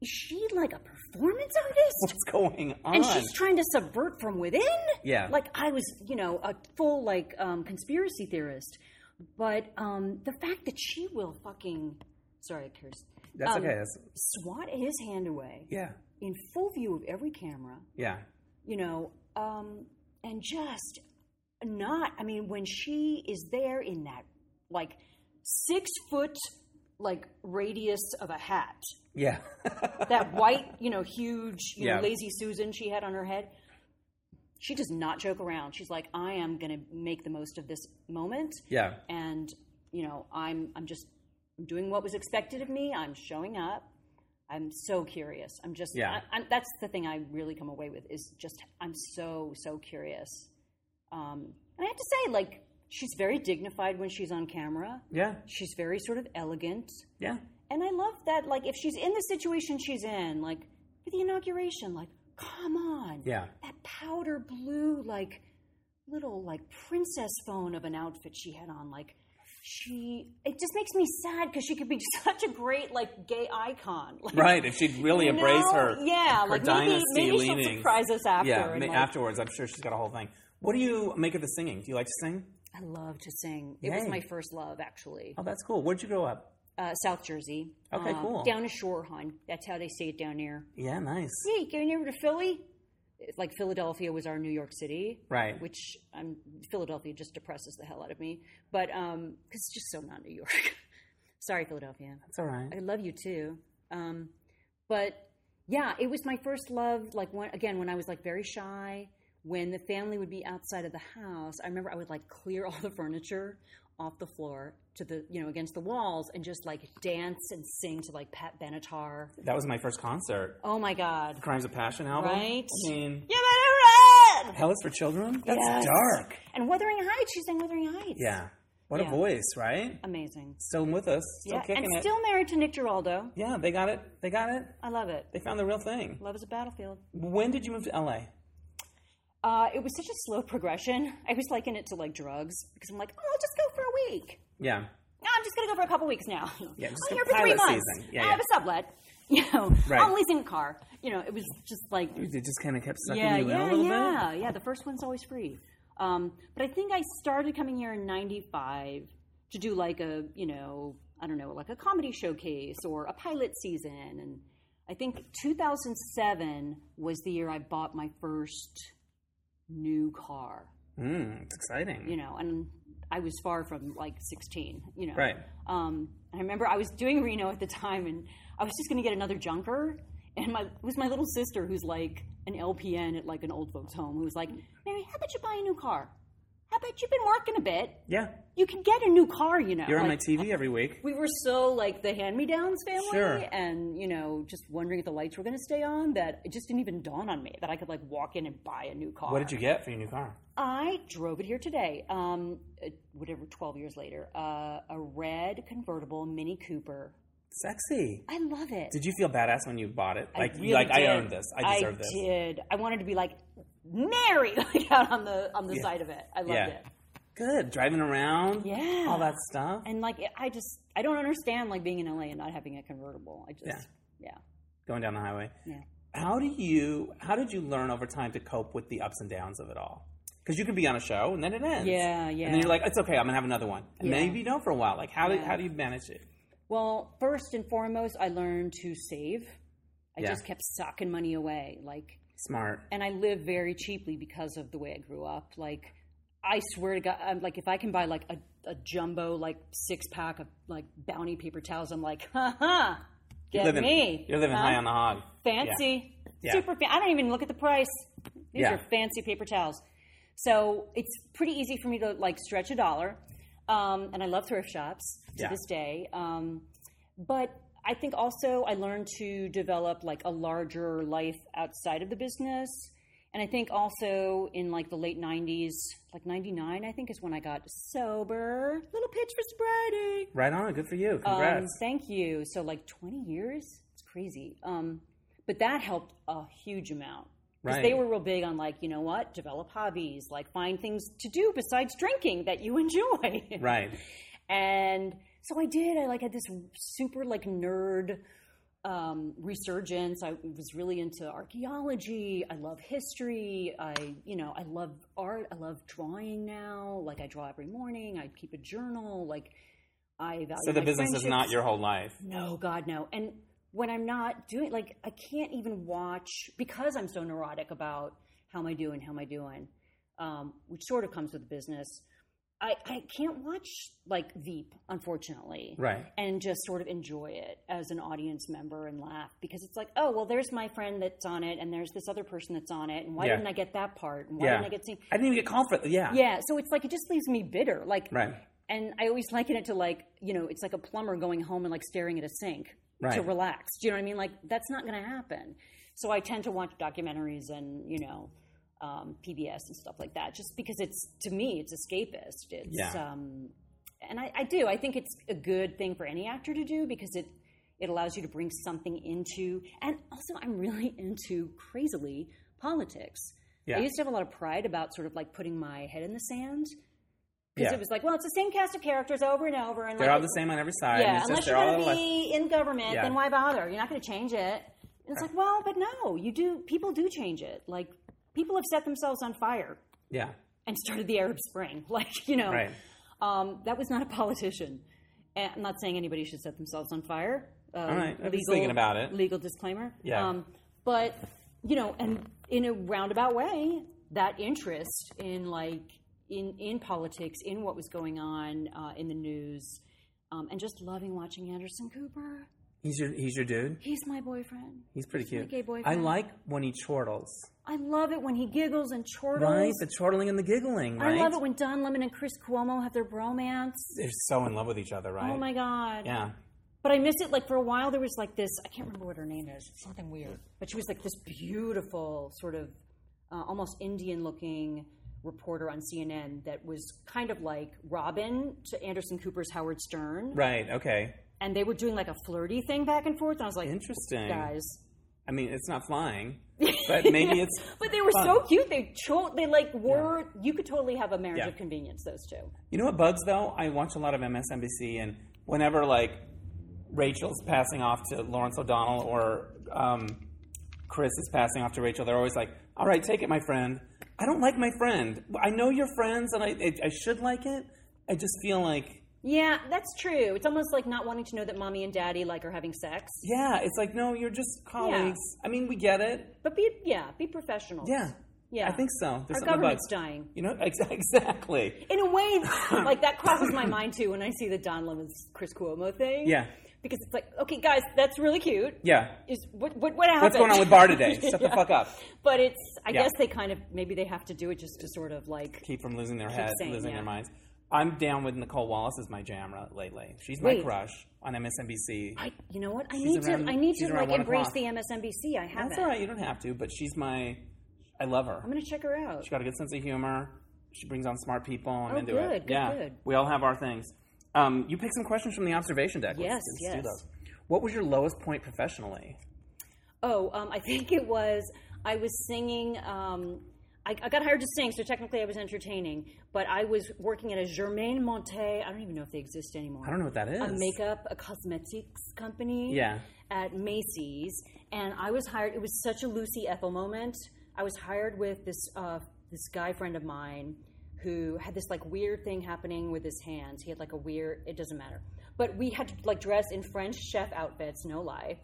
[SPEAKER 2] is she like a performance artist?
[SPEAKER 1] What's going on?
[SPEAKER 2] and she's trying to subvert from within.
[SPEAKER 1] Yeah.
[SPEAKER 2] like I was, you know, a full like um, conspiracy theorist, but um, the fact that she will fucking sorry, I cursed.
[SPEAKER 1] That's
[SPEAKER 2] um,
[SPEAKER 1] okay. That's,
[SPEAKER 2] Swat his hand away
[SPEAKER 1] yeah,
[SPEAKER 2] in full view of every camera,
[SPEAKER 1] yeah,
[SPEAKER 2] you know, um, and just not. I mean, when she is there in that like six foot like radius of a hat,
[SPEAKER 1] yeah.
[SPEAKER 2] that white, you know, huge, you
[SPEAKER 1] Yeah.
[SPEAKER 2] know, lazy Susan she had on her head. She does not joke around. She's like, I am going to make the most of this moment,
[SPEAKER 1] yeah.
[SPEAKER 2] and you know, I'm I'm just doing what was expected of me. I'm showing up. I'm so curious. I'm just
[SPEAKER 1] Yeah.
[SPEAKER 2] I, I'm, that's the thing I really come away with is just I'm so so curious. Um, and I have to say, like, she's very dignified when she's on camera.
[SPEAKER 1] Yeah,
[SPEAKER 2] She's very sort of elegant.
[SPEAKER 1] yeah,
[SPEAKER 2] And I love that, like, if she's in the situation she's in, like, for the inauguration, like, come on.
[SPEAKER 1] yeah,
[SPEAKER 2] That powder blue, like, little, like, princess phone of an outfit she had on, like, she, it just makes me sad because she could be such a great, like, gay icon. Like,
[SPEAKER 1] right. If she'd really
[SPEAKER 2] you
[SPEAKER 1] embrace
[SPEAKER 2] know?
[SPEAKER 1] her,
[SPEAKER 2] Yeah,
[SPEAKER 1] her
[SPEAKER 2] like, maybe,
[SPEAKER 1] dynasty
[SPEAKER 2] maybe she'll
[SPEAKER 1] leanings.
[SPEAKER 2] surprise us after.
[SPEAKER 1] yeah.
[SPEAKER 2] and,
[SPEAKER 1] ma-
[SPEAKER 2] like,
[SPEAKER 1] afterwards, I'm sure she's got a whole thing. What do you make of the singing? Do you like to sing?
[SPEAKER 2] I love to sing. It was
[SPEAKER 1] Yay.
[SPEAKER 2] my first love, actually.
[SPEAKER 1] Oh, that's cool. Where'd you grow up?
[SPEAKER 2] Uh, South Jersey.
[SPEAKER 1] Okay,
[SPEAKER 2] Uh,
[SPEAKER 1] cool.
[SPEAKER 2] Down to Shore, hon. That's how they say it down there.
[SPEAKER 1] Yeah, nice.
[SPEAKER 2] hey, going over to Philly? It's Like Philadelphia was our New York City,
[SPEAKER 1] Right.
[SPEAKER 2] Which I'm Philadelphia just depresses the hell out of me, but um, because it's just so not New York. Sorry, Philadelphia.
[SPEAKER 1] That's all right.
[SPEAKER 2] I love you too, um, but yeah, it was my first love. Like when, again, when I was like very shy, when the family would be outside of the house, I remember I would like clear all the furniture off the floor to the you know against the walls and just like dance and sing to like Pat Benatar.
[SPEAKER 1] That was my first concert.
[SPEAKER 2] Oh my God.
[SPEAKER 1] Crimes of Passion album.
[SPEAKER 2] Right.
[SPEAKER 1] I mean,
[SPEAKER 2] You better run!
[SPEAKER 1] Hell is for Children? That's
[SPEAKER 2] Yes.
[SPEAKER 1] dark.
[SPEAKER 2] And Wuthering Heights, she's in Wuthering Heights.
[SPEAKER 1] Yeah. What a
[SPEAKER 2] Yeah.
[SPEAKER 1] voice, right?
[SPEAKER 2] Amazing.
[SPEAKER 1] Still with us. Still
[SPEAKER 2] Yeah.
[SPEAKER 1] kicking
[SPEAKER 2] And
[SPEAKER 1] it.
[SPEAKER 2] still married to Nick Giraldo.
[SPEAKER 1] yeah, they got it. They got it.
[SPEAKER 2] I love it.
[SPEAKER 1] They found the real thing.
[SPEAKER 2] Love is a battlefield.
[SPEAKER 1] When did you move to LA?
[SPEAKER 2] Uh, it was such a slow progression. I was liking it to like drugs because I'm like, oh, I'll just go for a week.
[SPEAKER 1] Yeah.
[SPEAKER 2] No, I'm just gonna go for a couple weeks now.
[SPEAKER 1] Yeah, just a
[SPEAKER 2] I'm here for three
[SPEAKER 1] pilot
[SPEAKER 2] months.
[SPEAKER 1] season. Yeah,
[SPEAKER 2] I
[SPEAKER 1] yeah.
[SPEAKER 2] have a sublet. You know,
[SPEAKER 1] Right.
[SPEAKER 2] I'm leasing a car. You know, it was just like
[SPEAKER 1] They just kind of kept sucking
[SPEAKER 2] yeah,
[SPEAKER 1] you in
[SPEAKER 2] yeah,
[SPEAKER 1] a little
[SPEAKER 2] yeah, yeah. The first one's always free. Um, but I think I started coming here in '95 to do like a, you know, I don't know, like a comedy showcase or a pilot season. And I think 2007 was the year I bought my first new car.
[SPEAKER 1] bit. Mm, it's exciting.
[SPEAKER 2] You know, and I was far from like 16. You know,
[SPEAKER 1] Right.
[SPEAKER 2] um, and I remember I was doing Reno at the time, and I was just going to get another junker. And my it was my little sister who's like an LPN at like an old folks home who was like, Mary, how about you buy a new car? How about you've been working a bit?
[SPEAKER 1] Yeah.
[SPEAKER 2] You can get a new car, you know.
[SPEAKER 1] You're on my
[SPEAKER 2] Like,
[SPEAKER 1] TV every week.
[SPEAKER 2] We were so like the hand me downs family,
[SPEAKER 1] Sure.
[SPEAKER 2] and you know, just wondering if the lights were going to stay on. That it just didn't even dawn on me that I could like walk in and buy a new car.
[SPEAKER 1] What did you get for your new car?
[SPEAKER 2] I drove it here today, um, uh, whatever, 12 years later, uh, a red convertible Mini Cooper.
[SPEAKER 1] Sexy.
[SPEAKER 2] I love it.
[SPEAKER 1] Did you feel badass when you bought it? Like,
[SPEAKER 2] really
[SPEAKER 1] like
[SPEAKER 2] did.
[SPEAKER 1] I earned this. I deserve this.
[SPEAKER 2] did. I wanted to be like, Mary, like out on the on the side of it. I loved
[SPEAKER 1] Yeah.
[SPEAKER 2] it.
[SPEAKER 1] Good. Driving around.
[SPEAKER 2] Yeah.
[SPEAKER 1] All that stuff.
[SPEAKER 2] And like, it- I just, I don't understand like being in LA and not having a convertible. I just,
[SPEAKER 1] Yeah.
[SPEAKER 2] yeah,
[SPEAKER 1] Going down the highway.
[SPEAKER 2] yeah.
[SPEAKER 1] How do you? How did you learn over time to cope with the ups and downs of it all? Because you can be on a show and then it ends.
[SPEAKER 2] Yeah, yeah.
[SPEAKER 1] And then you're like, it's okay. I'm gonna have another one. And
[SPEAKER 2] Yeah.
[SPEAKER 1] then you know for a while. Like, how do
[SPEAKER 2] Yeah.
[SPEAKER 1] how do you manage it?
[SPEAKER 2] Well, first and foremost, I learned to save. I
[SPEAKER 1] Yeah.
[SPEAKER 2] just kept socking money away. Like,
[SPEAKER 1] Smart.
[SPEAKER 2] and I live very cheaply because of the way I grew up. Like, I swear to God, I'm like, if I can buy like a, a jumbo, like six pack of like bounty paper towels, I'm like, ha ha, get
[SPEAKER 1] living,
[SPEAKER 2] me.
[SPEAKER 1] You're living
[SPEAKER 2] huh?
[SPEAKER 1] high on the hog.
[SPEAKER 2] Fancy,
[SPEAKER 1] Yeah.
[SPEAKER 2] super fancy. I don't even look at the price. These
[SPEAKER 1] Yeah.
[SPEAKER 2] are fancy paper towels. So it's pretty easy for me to like stretch a dollar. Um, and I love thrift shops to
[SPEAKER 1] Yeah.
[SPEAKER 2] this day. Um, but I think also I learned to develop like a larger life outside of the business. And I think also in like the late 90s, like 99, I think is when I got sober. Little pitch for sobriety.
[SPEAKER 1] Right on. Good for you. Congrats.
[SPEAKER 2] Um, thank you. So like 20 years, it's crazy. Um, but that helped a huge amount. 'Cause
[SPEAKER 1] Right.
[SPEAKER 2] They were real big on like, you know what, develop hobbies, like find things to do besides drinking that you enjoy.
[SPEAKER 1] right.
[SPEAKER 2] And so I did. I like had this super like nerd um, resurgence. I was really into archaeology. I love history. I you know I love art. I love drawing now. Like I draw every morning. I keep a journal. Like I value.
[SPEAKER 1] So the
[SPEAKER 2] my
[SPEAKER 1] business is not
[SPEAKER 2] friendships.
[SPEAKER 1] your whole life.
[SPEAKER 2] No, God, no. And when I'm not doing, like, I can't even watch because I'm so neurotic about how am I doing, how am I doing, um, which sort of comes with business. I, I can't watch like Veep, unfortunately,
[SPEAKER 1] Right.
[SPEAKER 2] and just sort of enjoy it as an audience member and laugh because it's like, oh, well, there's my friend that's on it, and there's this other person that's on it, and why
[SPEAKER 1] Yeah.
[SPEAKER 2] didn't I get that part? And why
[SPEAKER 1] Yeah.
[SPEAKER 2] didn't I get to see?
[SPEAKER 1] I didn't even get called for. Yeah.
[SPEAKER 2] Yeah, so it's like it just leaves me bitter. Like,
[SPEAKER 1] Right.
[SPEAKER 2] and I always liken it to like, you know, it's like a plumber going home and like staring at a sink to
[SPEAKER 1] Right.
[SPEAKER 2] relax. Do you know what I mean? Like that's not going to happen. So I tend to watch documentaries and you know, um, PBS and stuff like that, just because it's to me it's escapist. It's
[SPEAKER 1] Yeah.
[SPEAKER 2] um, and I, I do. I think it's a good thing for any actor to do because it it allows you to bring something into. And also, I'm really into crazily politics.
[SPEAKER 1] Yeah.
[SPEAKER 2] I used to have a lot of pride about sort of like putting my head in the sand because
[SPEAKER 1] Yeah.
[SPEAKER 2] it was like, well, it's the same cast of characters over and over, and
[SPEAKER 1] They're
[SPEAKER 2] like,
[SPEAKER 1] all the same on every side. and
[SPEAKER 2] yeah,
[SPEAKER 1] it's
[SPEAKER 2] unless
[SPEAKER 1] just
[SPEAKER 2] you're
[SPEAKER 1] they're all
[SPEAKER 2] going
[SPEAKER 1] the
[SPEAKER 2] to
[SPEAKER 1] left.
[SPEAKER 2] be in government,
[SPEAKER 1] Yeah.
[SPEAKER 2] then why bother? You're not going to change it. And it's like, well, but no, you do. People do change it. Like people have set themselves on fire
[SPEAKER 1] Yeah.
[SPEAKER 2] and started the Arab Spring. Like you know,
[SPEAKER 1] Right.
[SPEAKER 2] um, that was not a politician. And I'm not saying anybody should set themselves on fire. Um, All
[SPEAKER 1] right, I'm just thinking about it.
[SPEAKER 2] Legal disclaimer.
[SPEAKER 1] Yeah.
[SPEAKER 2] Um, but you know, and in a roundabout way, that interest in like in in politics, in what was going on uh, in the news, um, and just loving watching Anderson Cooper.
[SPEAKER 1] He's your he's your dude.
[SPEAKER 2] He's my boyfriend.
[SPEAKER 1] He's pretty
[SPEAKER 2] my
[SPEAKER 1] cute.
[SPEAKER 2] gay
[SPEAKER 1] I
[SPEAKER 2] boyfriend.
[SPEAKER 1] like when he chortles.
[SPEAKER 2] I love it when he giggles and chortles.
[SPEAKER 1] Right. The chortling and the giggling. Right.
[SPEAKER 2] I love it when Don Lemon and Chris Cuomo have their bromance.
[SPEAKER 1] They're so in love with each other. Right.
[SPEAKER 2] Oh my god.
[SPEAKER 1] Yeah.
[SPEAKER 2] But I miss it. Like for a while, there was like this. I can't remember what her name is. Something weird. But she was like this beautiful, sort of uh, almost Indian-looking reporter on CNN that was kind of like Robin to Anderson Cooper's Howard Stern,
[SPEAKER 1] Right. Okay.
[SPEAKER 2] and they were doing like a flirty thing back and forth. And I was like,
[SPEAKER 1] Interesting.
[SPEAKER 2] guys,
[SPEAKER 1] I mean, it's not flying, but maybe it's.
[SPEAKER 2] But they were
[SPEAKER 1] fun.
[SPEAKER 2] so cute. They cho- they like were. You could totally have a marriage
[SPEAKER 1] Yeah.
[SPEAKER 2] of convenience. Those two.
[SPEAKER 1] You know what bugs though? I watch a lot of MSNBC, and whenever like Rachel's passing off to Lawrence O'Donnell or um, Chris is passing off to Rachel, they're always like, "All right, take it, my friend." I don't like my friend. I know you're friends, and I I, I should like it. I just feel like,
[SPEAKER 2] Yeah, that's true. It's almost like not wanting to know that mommy and daddy like are having sex.
[SPEAKER 1] yeah, it's like no, you're just colleagues. I mean, we get it.
[SPEAKER 2] But be yeah, be professional.
[SPEAKER 1] Yeah,
[SPEAKER 2] yeah.
[SPEAKER 1] I think so. There's
[SPEAKER 2] Our
[SPEAKER 1] something about-
[SPEAKER 2] government's dying.
[SPEAKER 1] You know ex- exactly.
[SPEAKER 2] In a way, like that crosses my mind too when I see the Don Lemon's Chris Cuomo thing.
[SPEAKER 1] Yeah.
[SPEAKER 2] Because it's like, okay, guys, that's really cute.
[SPEAKER 1] Yeah.
[SPEAKER 2] Is what what what happened?
[SPEAKER 1] What's going on with Barr today? Shut the
[SPEAKER 2] Yeah.
[SPEAKER 1] fuck up.
[SPEAKER 2] But it's I
[SPEAKER 1] Yeah.
[SPEAKER 2] guess they kind of maybe they have to do it just to sort of like
[SPEAKER 1] keep from losing their heads,
[SPEAKER 2] saying,
[SPEAKER 1] losing
[SPEAKER 2] yeah.
[SPEAKER 1] their minds. I'm down with Nicole Wallace as my jammer lately. She's my
[SPEAKER 2] Wait.
[SPEAKER 1] crush on MSNBC.
[SPEAKER 2] I, you know what? I need
[SPEAKER 1] around-
[SPEAKER 2] to I need
[SPEAKER 1] she's
[SPEAKER 2] to
[SPEAKER 1] around
[SPEAKER 2] like
[SPEAKER 1] one
[SPEAKER 2] embrace
[SPEAKER 1] o'clock.
[SPEAKER 2] the MSNBC. I haven't.
[SPEAKER 1] That's all right. You don't have to, but she's my. I love her.
[SPEAKER 2] I'm gonna check her out.
[SPEAKER 1] She's got a good sense of humor. She brings on smart people. I'm
[SPEAKER 2] Oh,
[SPEAKER 1] into
[SPEAKER 2] good,
[SPEAKER 1] it.
[SPEAKER 2] good,
[SPEAKER 1] yeah,
[SPEAKER 2] good.
[SPEAKER 1] we all have our things. Um, you picked some questions from the observation deck. Let's-
[SPEAKER 2] Yes,
[SPEAKER 1] let's
[SPEAKER 2] yes.
[SPEAKER 1] Do those. What was your lowest point professionally?
[SPEAKER 2] Oh, um, I think it was I was singing. Um, I, I got hired to sing, so technically I was entertaining. But I was working at a Germain Monte. I don't even know if they exist anymore.
[SPEAKER 1] I don't know what that is.
[SPEAKER 2] A makeup, a cosmetics company.
[SPEAKER 1] Yeah.
[SPEAKER 2] At Macy's, and I was hired. It was such a Lucy Ethel moment. I was hired with this uh, this guy friend of mine who had this like weird thing happening with his hands. He had like a weird. It doesn't matter. But we had to like dress in French chef outfits. No lie.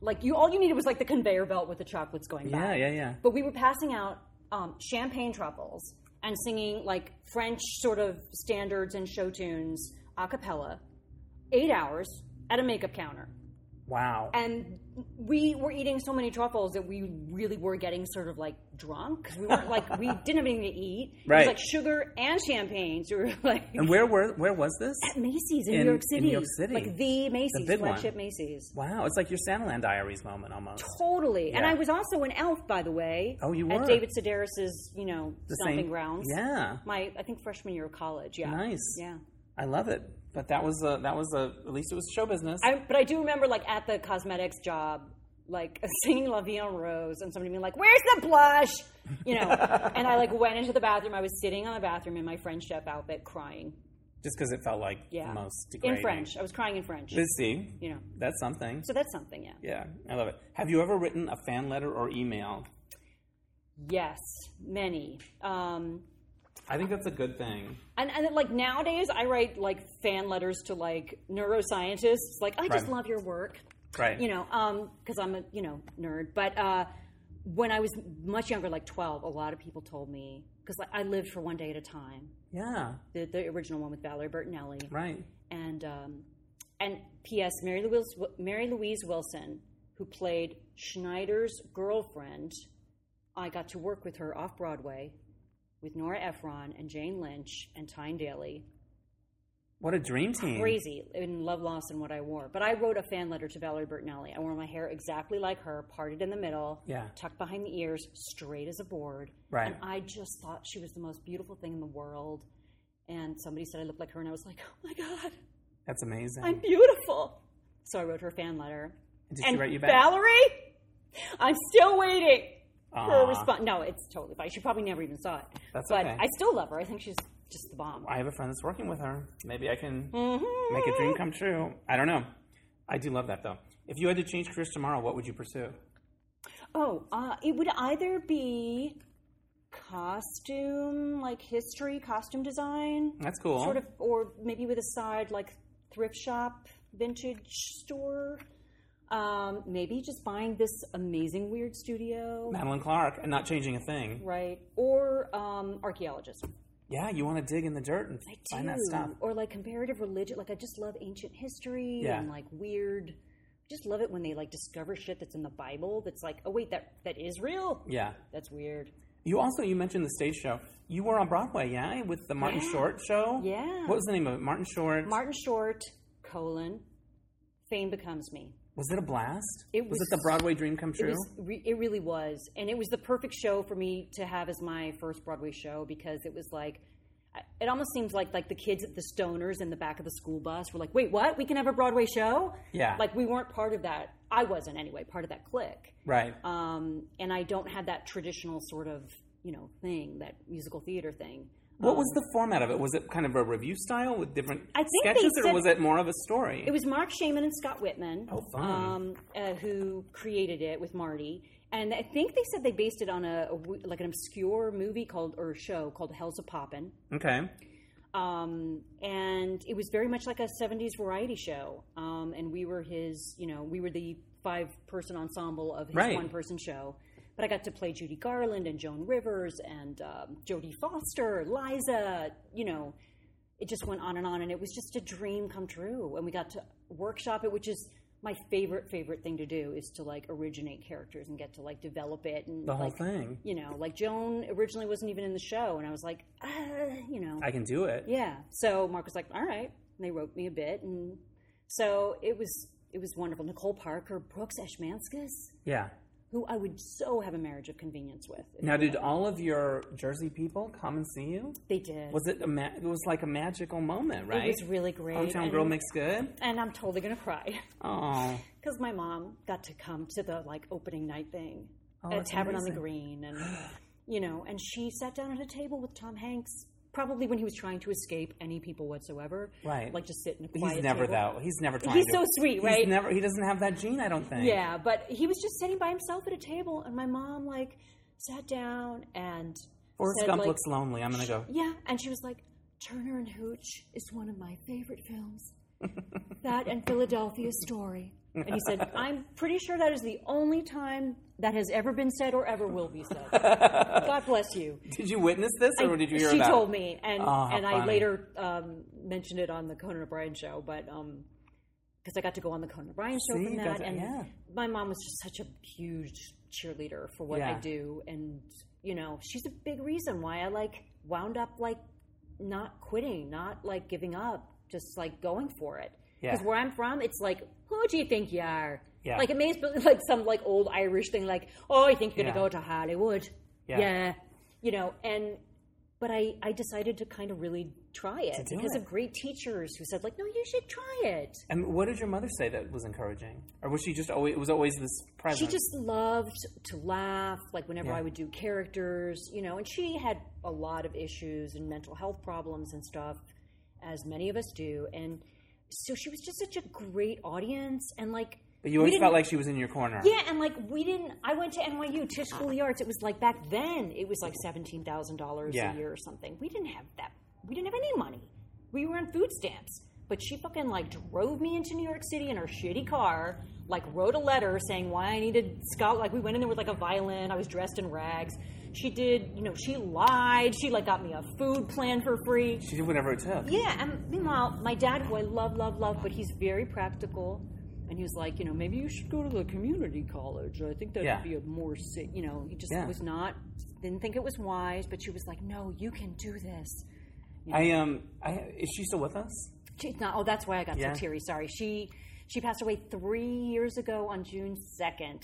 [SPEAKER 2] Like you, all you needed was like the conveyor belt with the chocolates going by.
[SPEAKER 1] Yeah, yeah, yeah.
[SPEAKER 2] But we were passing out um, champagne truffles and singing like French sort of standards and show tunes a cappella, eight hours at a makeup counter.
[SPEAKER 1] Wow.
[SPEAKER 2] And we were eating so many truffles that we really were getting sort of like drunk. 'cause We weren't like we didn't have anything to eat. It was
[SPEAKER 1] Right.
[SPEAKER 2] like sugar and champagne. So we were like
[SPEAKER 1] And where were where was this?
[SPEAKER 2] at Macy's in,
[SPEAKER 1] In-
[SPEAKER 2] New York City.
[SPEAKER 1] in New York City.
[SPEAKER 2] Like the Macy's,
[SPEAKER 1] big one.
[SPEAKER 2] flagship Macy's.
[SPEAKER 1] Wow, it's like your Sandland Diaries moment almost.
[SPEAKER 2] Totally. And
[SPEAKER 1] Yeah.
[SPEAKER 2] I was also an elf, by the way.
[SPEAKER 1] Oh, you
[SPEAKER 2] At
[SPEAKER 1] were.
[SPEAKER 2] David Sedaris's, you know,
[SPEAKER 1] The
[SPEAKER 2] stomping
[SPEAKER 1] same-
[SPEAKER 2] grounds.
[SPEAKER 1] Yeah.
[SPEAKER 2] My, I think freshman year of college. Yeah.
[SPEAKER 1] Nice.
[SPEAKER 2] Yeah.
[SPEAKER 1] I love it. But that was a, that was a at least it was show business.
[SPEAKER 2] I, but I do remember, like, at the cosmetics job, like, singing La Vie en Rose and somebody being like, where's the blush? You know. and I, like, went into the bathroom. I was sitting on the bathroom in my French chef outfit crying
[SPEAKER 1] just because it felt like
[SPEAKER 2] Yeah.
[SPEAKER 1] the most degrading.
[SPEAKER 2] in French. I was crying in French.
[SPEAKER 1] Busy.
[SPEAKER 2] you know.
[SPEAKER 1] That's something.
[SPEAKER 2] So that's something, yeah.
[SPEAKER 1] Yeah, I love it. Have you ever written a fan letter or email?
[SPEAKER 2] Yes. Many. Um,
[SPEAKER 1] I think that's a good thing.
[SPEAKER 2] And, and like nowadays, I write like fan letters to like neuroscientists. Like, I just
[SPEAKER 1] Right.
[SPEAKER 2] love your work,
[SPEAKER 1] Right.
[SPEAKER 2] you know, because I'm a you know nerd. But uh, when I was much younger, like twelve, a lot of people told me because like I lived for one day at a time.
[SPEAKER 1] Yeah.
[SPEAKER 2] The, the original one with Valerie Bertinelli
[SPEAKER 1] Right.
[SPEAKER 2] and um, and P.S. Mary Louise, Mary Louise Wilson, who played Schneider's girlfriend, I got to work with her off Broadway with Nora Ephron and Jane Lynch and Tyne Daly.
[SPEAKER 1] What a dream team.
[SPEAKER 2] Crazy in Love Lost and What I Wore. But I wrote a fan letter to Valerie Bertinelli. I wore my hair exactly like her, parted in the middle,
[SPEAKER 1] Yeah.
[SPEAKER 2] tucked behind the ears, straight as a board.
[SPEAKER 1] Right.
[SPEAKER 2] And I just thought she was the most beautiful thing in the world. And somebody said I looked like her, and I was like, oh my God.
[SPEAKER 1] That's amazing.
[SPEAKER 2] I'm beautiful. So I wrote her a fan letter.
[SPEAKER 1] Did she write you back?
[SPEAKER 2] Valerie, I'm still waiting for a
[SPEAKER 1] Aw.
[SPEAKER 2] response. No, it's totally fine. She probably never even saw it.
[SPEAKER 1] That's
[SPEAKER 2] but
[SPEAKER 1] okay.
[SPEAKER 2] I still love her. I think she's just the bomb. Mm-hmm.
[SPEAKER 1] I have a friend that's working with her. Maybe I can make a dream come true. I don't know. I do love that though. If you had to change careers tomorrow, what would you pursue?
[SPEAKER 2] Oh, uh, it would either be costume, like history, costume design,
[SPEAKER 1] That's cool.
[SPEAKER 2] sort of, or maybe with a side like thrift shop, vintage store. Um, maybe just buying this amazing weird studio.
[SPEAKER 1] Madeline Clark and not changing a thing.
[SPEAKER 2] Right. Or um, archaeologist.
[SPEAKER 1] Yeah, you want to dig in the dirt and find that
[SPEAKER 2] Dude,
[SPEAKER 1] stuff.
[SPEAKER 2] Or like comparative religion. Like I just love ancient history
[SPEAKER 1] Yeah.
[SPEAKER 2] and like weird. I just love it when they like discover shit that's in the Bible that's like, oh wait, that that is real.
[SPEAKER 1] Yeah.
[SPEAKER 2] That's weird.
[SPEAKER 1] You also you mentioned the stage show. You were on Broadway, yeah, with the Martin Short show.
[SPEAKER 2] Yeah.
[SPEAKER 1] What was the name of it? Martin Short.
[SPEAKER 2] Martin Short colon fame becomes me.
[SPEAKER 1] was it a blast?
[SPEAKER 2] It was-
[SPEAKER 1] it the Broadway dream come
[SPEAKER 2] It
[SPEAKER 1] true?
[SPEAKER 2] was. Re- it really was, and it was the perfect show for me to have as my first Broadway show because it was like. I- It almost seems like like the kids at the stoners in the back of the school bus were like, "Wait, what? We can have a Broadway show?"
[SPEAKER 1] Yeah.
[SPEAKER 2] Like we weren't part of that I wasn't anyway part of that clique.
[SPEAKER 1] Right.
[SPEAKER 2] Um, and I don't have that traditional sort of you know thing that musical theater thing.
[SPEAKER 1] What was the format of it? Was it kind of a review style with different
[SPEAKER 2] um, I think they
[SPEAKER 1] sketches, or
[SPEAKER 2] said-
[SPEAKER 1] was it more of a story?
[SPEAKER 2] It was Mark Shaman and Scott Whitman,
[SPEAKER 1] Oh, fun.
[SPEAKER 2] Um, uh, who created it with Marty. And I think they said they based it on a, a w- like an obscure movie called or show called Hell's a Poppin'.
[SPEAKER 1] okay.
[SPEAKER 2] um, and it was very much like a 70s variety show um, and we were his you know we were the five person ensemble of his
[SPEAKER 1] Right.
[SPEAKER 2] one person show but i got to play judy garland and joan rivers and um, jodie foster liza you know it just went on and on and it was just a dream come true and we got to workshop it which is my favorite favorite thing to do is to like originate characters and get to like develop it and
[SPEAKER 1] The whole
[SPEAKER 2] like
[SPEAKER 1] thing.
[SPEAKER 2] you know like joan originally wasn't even in the show and i was like uh, you know
[SPEAKER 1] I can do it.
[SPEAKER 2] yeah. So Mark was like, "All right," and they wrote me a bit, and so it was it was wonderful. Nicole Parker, Brooks Eshmanskas,
[SPEAKER 1] Yeah.
[SPEAKER 2] who I would so have a marriage of convenience with. if
[SPEAKER 1] Now, did all of your Jersey people come and see you?
[SPEAKER 2] they did.
[SPEAKER 1] Was it a ma- it was like a magical moment, right?
[SPEAKER 2] It was really great.
[SPEAKER 1] Hometown
[SPEAKER 2] and,
[SPEAKER 1] girl makes good.
[SPEAKER 2] and I'm totally gonna cry
[SPEAKER 1] Oh,
[SPEAKER 2] because my mom got to come to the like opening night thing
[SPEAKER 1] Oh,
[SPEAKER 2] at
[SPEAKER 1] that's
[SPEAKER 2] Tavern on
[SPEAKER 1] amazing.
[SPEAKER 2] the Green, and you know, and she sat down at a table with Tom Hanks. Probably when he was trying to escape any people whatsoever,
[SPEAKER 1] Right.
[SPEAKER 2] Like just sit in a
[SPEAKER 1] he's
[SPEAKER 2] quiet
[SPEAKER 1] never
[SPEAKER 2] table.
[SPEAKER 1] that. He's never trying.
[SPEAKER 2] He's
[SPEAKER 1] to-
[SPEAKER 2] so sweet,
[SPEAKER 1] he's
[SPEAKER 2] right?
[SPEAKER 1] never. He doesn't have that gene. I don't think.
[SPEAKER 2] Yeah, but he was just sitting by himself at a table, and my mom like sat down and
[SPEAKER 1] Forrest
[SPEAKER 2] said,
[SPEAKER 1] Gump
[SPEAKER 2] like-
[SPEAKER 1] looks lonely. I'm gonna go.
[SPEAKER 2] Yeah, and she was like, "Turner and Hooch is one of my favorite films. that and Philadelphia Story." And he said, "I'm pretty sure that is the only time that has ever been said or ever will be said." God bless you.
[SPEAKER 1] Did you witness this, or did you hear
[SPEAKER 2] she
[SPEAKER 1] about?
[SPEAKER 2] told
[SPEAKER 1] it?
[SPEAKER 2] me, and
[SPEAKER 1] Oh, how
[SPEAKER 2] and I
[SPEAKER 1] funny.
[SPEAKER 2] later um, mentioned it on the Conan O'Brien show, but um 'cause because I got to go on the Conan O'Brien show
[SPEAKER 1] See,
[SPEAKER 2] from
[SPEAKER 1] you got
[SPEAKER 2] that,
[SPEAKER 1] to-
[SPEAKER 2] and
[SPEAKER 1] yeah.
[SPEAKER 2] my mom was just such a huge cheerleader for what I
[SPEAKER 1] Yeah.
[SPEAKER 2] do, and you know, she's a big reason why I like wound up like not quitting, not like giving up, just like going for it.
[SPEAKER 1] Yeah.
[SPEAKER 2] Because where I'm from, it's like, who do you think you are?
[SPEAKER 1] Yeah.
[SPEAKER 2] Like it may be like some like old Irish thing, like, oh, you think you're gonna
[SPEAKER 1] Yeah.
[SPEAKER 2] go to Hollywood?
[SPEAKER 1] Yeah.
[SPEAKER 2] yeah, you know, and but I, I decided to kind of really try it
[SPEAKER 1] do
[SPEAKER 2] because
[SPEAKER 1] it.
[SPEAKER 2] of great teachers who said like no you should try it
[SPEAKER 1] And what did your mother say that was encouraging, or was she just always? It was always this present.
[SPEAKER 2] she just loved to laugh like whenever
[SPEAKER 1] Uh-huh. Yeah.
[SPEAKER 2] i would do characters you know and she had a lot of issues and mental health problems and stuff as many of us do and so she was just such a great audience and like
[SPEAKER 1] But you
[SPEAKER 2] we
[SPEAKER 1] always
[SPEAKER 2] didn't-
[SPEAKER 1] felt like she was in your corner.
[SPEAKER 2] yeah, and like we didn't. I went to NYU Tisch School of the Arts. It was like back then, it was like seventeen thousand dollars
[SPEAKER 1] Yeah.
[SPEAKER 2] a year or something. We didn't have that. We didn't have any money. We were on food stamps. But she fucking like drove me into New York City in her shitty car. Like wrote a letter saying why I needed Scott. Like we went in there with like a violin. I was dressed in rags. She did. You know, she lied. She like got me a food plan for free.
[SPEAKER 1] She did whatever it took.
[SPEAKER 2] Yeah, and meanwhile, my dad, who I love, love, love, but he's very practical, and he was like, you know, maybe you should go to the community college. I think that
[SPEAKER 1] Yeah.
[SPEAKER 2] would be a more, sa- you know, he just
[SPEAKER 1] Yeah.
[SPEAKER 2] was not, didn't think it was wise. But she was like, no, you can do this.
[SPEAKER 1] I um. I, is she still with us?
[SPEAKER 2] She's not. Oh, that's why I got
[SPEAKER 1] Yeah.
[SPEAKER 2] so teary. Sorry, she she passed away three years ago on June second.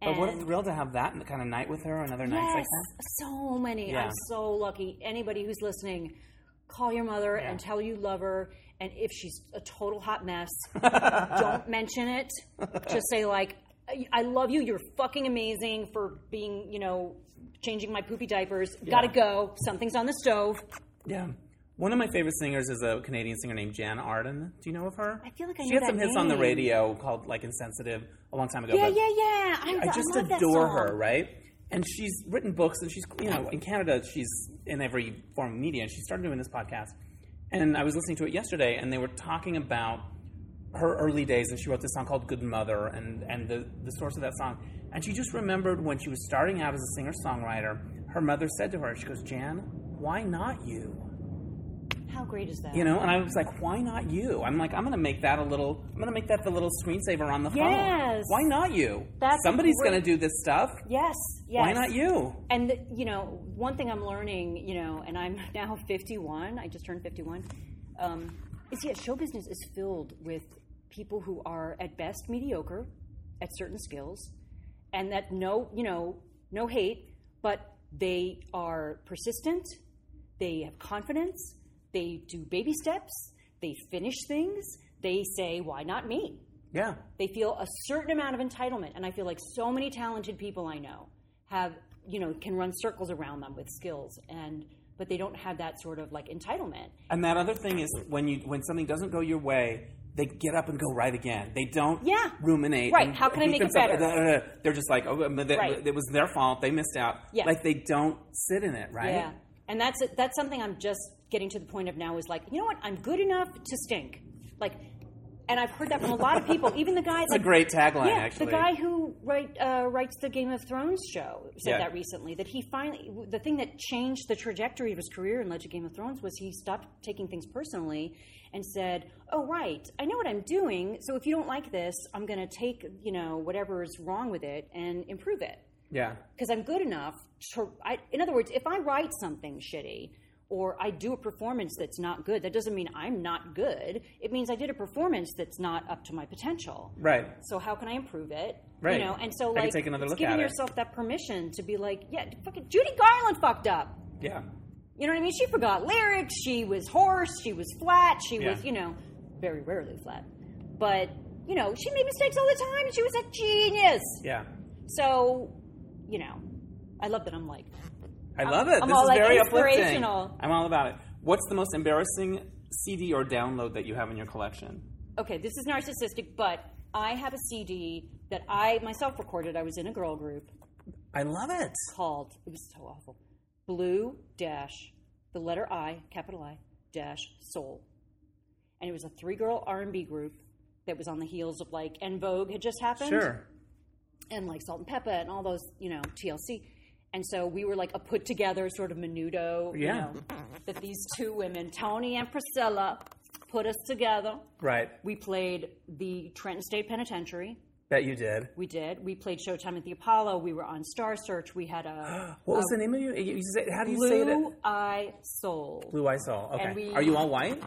[SPEAKER 1] But what a thrill to have that kind of night with her, another night like
[SPEAKER 2] Yes,
[SPEAKER 1] that.
[SPEAKER 2] so many.
[SPEAKER 1] Yeah.
[SPEAKER 2] I'm so lucky. Anybody who's listening, call your mother and tell her you love her. And if she's a total hot mess, don't mention it. Just say like, "I- "I love you. You're fucking amazing for being, you know, changing my poopy diapers. Got to go. Something's on the stove."
[SPEAKER 1] Yeah. One of my favorite singers is a Canadian singer named Jan Arden. Do you know of her?
[SPEAKER 2] I feel like I
[SPEAKER 1] she
[SPEAKER 2] know
[SPEAKER 1] had some
[SPEAKER 2] that
[SPEAKER 1] hits on the
[SPEAKER 2] name.
[SPEAKER 1] radio called like Insensitive a long time ago.
[SPEAKER 2] Yeah,
[SPEAKER 1] but
[SPEAKER 2] yeah, yeah. I,
[SPEAKER 1] I just
[SPEAKER 2] love that
[SPEAKER 1] adore
[SPEAKER 2] song.
[SPEAKER 1] her, right? And she's written books, and she's you know in Canada she's in every form of media, and she started doing this podcast. And I was listening to it yesterday, and they were talking about her early days, and she wrote this song called "Good Mother," and and the the source of that song. And she just remembered when she was starting out as a singer songwriter, her mother said to her, she goes, "Jan, why not you?"
[SPEAKER 2] How great is that?
[SPEAKER 1] You know, and I was like, why not you? I'm like, I'm gonna make that a little. I'm gonna make that the little screensaver on the phone.
[SPEAKER 2] Yes.
[SPEAKER 1] Why not you?
[SPEAKER 2] That's
[SPEAKER 1] Somebody's
[SPEAKER 2] great.
[SPEAKER 1] gonna do this stuff.
[SPEAKER 2] Yes. Yes.
[SPEAKER 1] Why not you?
[SPEAKER 2] and you know one thing i'm learning you know and i'm now 51 i just turned 51 um, is yeah show business is filled with people who are at best mediocre at certain skills and that no you know no hate but they are persistent they have confidence they do baby steps they finish things they say why not me
[SPEAKER 1] Yeah.
[SPEAKER 2] They feel a certain amount of entitlement, and I feel like so many talented people I know have you know can run circles around them with skills, and but they don't have that sort of like entitlement.
[SPEAKER 1] And that other thing is when you when something doesn't go your way, they get up and go right again. They don't
[SPEAKER 2] Yeah.
[SPEAKER 1] ruminate.
[SPEAKER 2] Right.
[SPEAKER 1] and
[SPEAKER 2] How can I
[SPEAKER 1] beat
[SPEAKER 2] make it
[SPEAKER 1] themselves- uh, uh,
[SPEAKER 2] better?
[SPEAKER 1] uh, They're just like, oh, um, that-
[SPEAKER 2] Right.
[SPEAKER 1] it was their fault. They missed out.
[SPEAKER 2] Yeah.
[SPEAKER 1] Like they don't sit in it, right?
[SPEAKER 2] Yeah, and that's that's something I'm just getting to the point of now is like, you know what? I'm good enough to stink. Like, and I've heard that from a lot of people, even the guy. It's
[SPEAKER 1] a great tagline,
[SPEAKER 2] Yeah,
[SPEAKER 1] actually.
[SPEAKER 2] the guy who write, uh, writes the Game of Thrones show said
[SPEAKER 1] Yeah.
[SPEAKER 2] that recently. That he finally, the thing that changed the trajectory of his career and led to Game of Thrones was he stopped taking things personally and said, "Oh right, I know what I'm doing. So if you don't like this, I'm going to take you know whatever is wrong with it and improve it."
[SPEAKER 1] Yeah.
[SPEAKER 2] because I'm good enough to. I, in other words, if I write something shitty or I do a performance that's not good, that doesn't mean I'm not good. It means I did a performance that's not up to my potential.
[SPEAKER 1] Right.
[SPEAKER 2] So how can I improve it?
[SPEAKER 1] Right.
[SPEAKER 2] You know, and so
[SPEAKER 1] I can
[SPEAKER 2] like
[SPEAKER 1] take another
[SPEAKER 2] it's
[SPEAKER 1] look
[SPEAKER 2] giving
[SPEAKER 1] at it.
[SPEAKER 2] yourself that permission to be like, yeah, fucking Judy Garland fucked up.
[SPEAKER 1] Yeah.
[SPEAKER 2] You know what I mean? She forgot lyrics. She was hoarse. She was flat. She
[SPEAKER 1] Yeah.
[SPEAKER 2] was, you know, very rarely flat. But you know, she made mistakes all the time. And she was a genius.
[SPEAKER 1] Yeah.
[SPEAKER 2] So, you know, I love that I'm like,
[SPEAKER 1] I love it.
[SPEAKER 2] I'm
[SPEAKER 1] this
[SPEAKER 2] all,
[SPEAKER 1] is
[SPEAKER 2] like,
[SPEAKER 1] very uplifting.
[SPEAKER 2] inspirational.
[SPEAKER 1] I'm all about it. What's the most embarrassing CD or download that you have in your collection?
[SPEAKER 2] okay, this is narcissistic, but I have a CD that I myself recorded. I was in a girl group
[SPEAKER 1] I love it.
[SPEAKER 2] called, it was so awful, Blue Dash, the letter I, capital I, dash Soul. And it was a three girl R&B group that was on the heels of like, and Vogue had just happened.
[SPEAKER 1] Sure.
[SPEAKER 2] and like Salt and Pepper and all those, you know, TLC. And so we were like a put together sort of menudo, you
[SPEAKER 1] Yeah.
[SPEAKER 2] know, that these two women, Tony and Priscilla, put us together.
[SPEAKER 1] Right.
[SPEAKER 2] We played the Trenton State Penitentiary.
[SPEAKER 1] Bet you did.
[SPEAKER 2] We did. We played Showtime at the Apollo. We were on Star Search. We had a
[SPEAKER 1] What was the name of you? you you say, how do you say
[SPEAKER 2] Oh. Blue
[SPEAKER 1] that?
[SPEAKER 2] Eye Soul.
[SPEAKER 1] Blue Eye Soul. Okay.
[SPEAKER 2] And we-
[SPEAKER 1] Are you all white?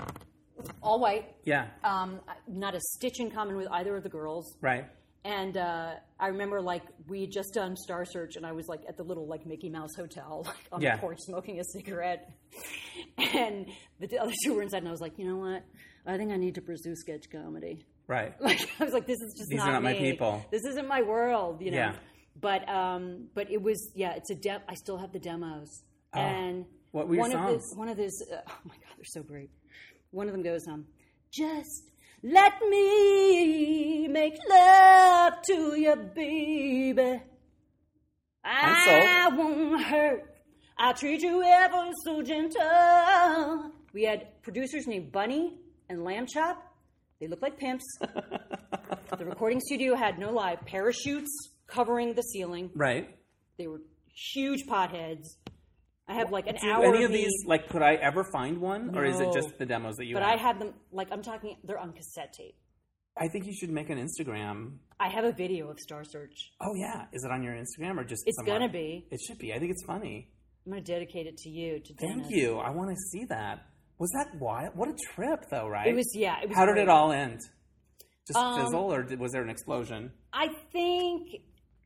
[SPEAKER 2] All white.
[SPEAKER 1] Yeah.
[SPEAKER 2] Um, not a stitch in common with either of the girls.
[SPEAKER 1] right.
[SPEAKER 2] And uh, I remember, like, we had just done Star Search, and I was like at the little like Mickey Mouse hotel, like on
[SPEAKER 1] Yeah.
[SPEAKER 2] the porch, smoking a cigarette. and the other two were inside, and I was like, you know what? I think I need to pursue sketch comedy.
[SPEAKER 1] Right.
[SPEAKER 2] Like, I was like, this is just
[SPEAKER 1] These
[SPEAKER 2] not,
[SPEAKER 1] are not my
[SPEAKER 2] me.
[SPEAKER 1] people.
[SPEAKER 2] This isn't my world, you know.
[SPEAKER 1] Yeah.
[SPEAKER 2] But um, but it was yeah. It's a de- I still have the demos. and
[SPEAKER 1] Oh. What were your
[SPEAKER 2] one Of
[SPEAKER 1] songs?
[SPEAKER 2] the, one of those. Uh, oh my god, they're so great. One of them goes um, just let me make love to you, baby. I won't hurt. I treat you ever so gentle. We had producers named Bunny and Lamb Chop. They looked like pimps. the recording studio had no lie parachutes covering the ceiling.
[SPEAKER 1] Right.
[SPEAKER 2] They were huge potheads. I have like an
[SPEAKER 1] Do
[SPEAKER 2] hour
[SPEAKER 1] any of
[SPEAKER 2] of
[SPEAKER 1] these,
[SPEAKER 2] these,
[SPEAKER 1] like, could I ever find one? Or is it
[SPEAKER 2] No.
[SPEAKER 1] just the demos that you
[SPEAKER 2] but I
[SPEAKER 1] have?
[SPEAKER 2] had them like I'm talking. They're on cassette tape.
[SPEAKER 1] I think you should make an Instagram.
[SPEAKER 2] I have a video of Star Search.
[SPEAKER 1] Oh, yeah. Is it on your Instagram or just
[SPEAKER 2] It's
[SPEAKER 1] somewhere?
[SPEAKER 2] gonna be.
[SPEAKER 1] It should be. I think it's funny.
[SPEAKER 2] I'm gonna dedicate it to you. To
[SPEAKER 1] Thank
[SPEAKER 2] Dennis.
[SPEAKER 1] you. I want to see that. Was that wild? What a trip, though, right?
[SPEAKER 2] It was yeah. It was
[SPEAKER 1] How did
[SPEAKER 2] great.
[SPEAKER 1] it all end? Just
[SPEAKER 2] Um,
[SPEAKER 1] fizzle, or did, was there an explosion?
[SPEAKER 2] I think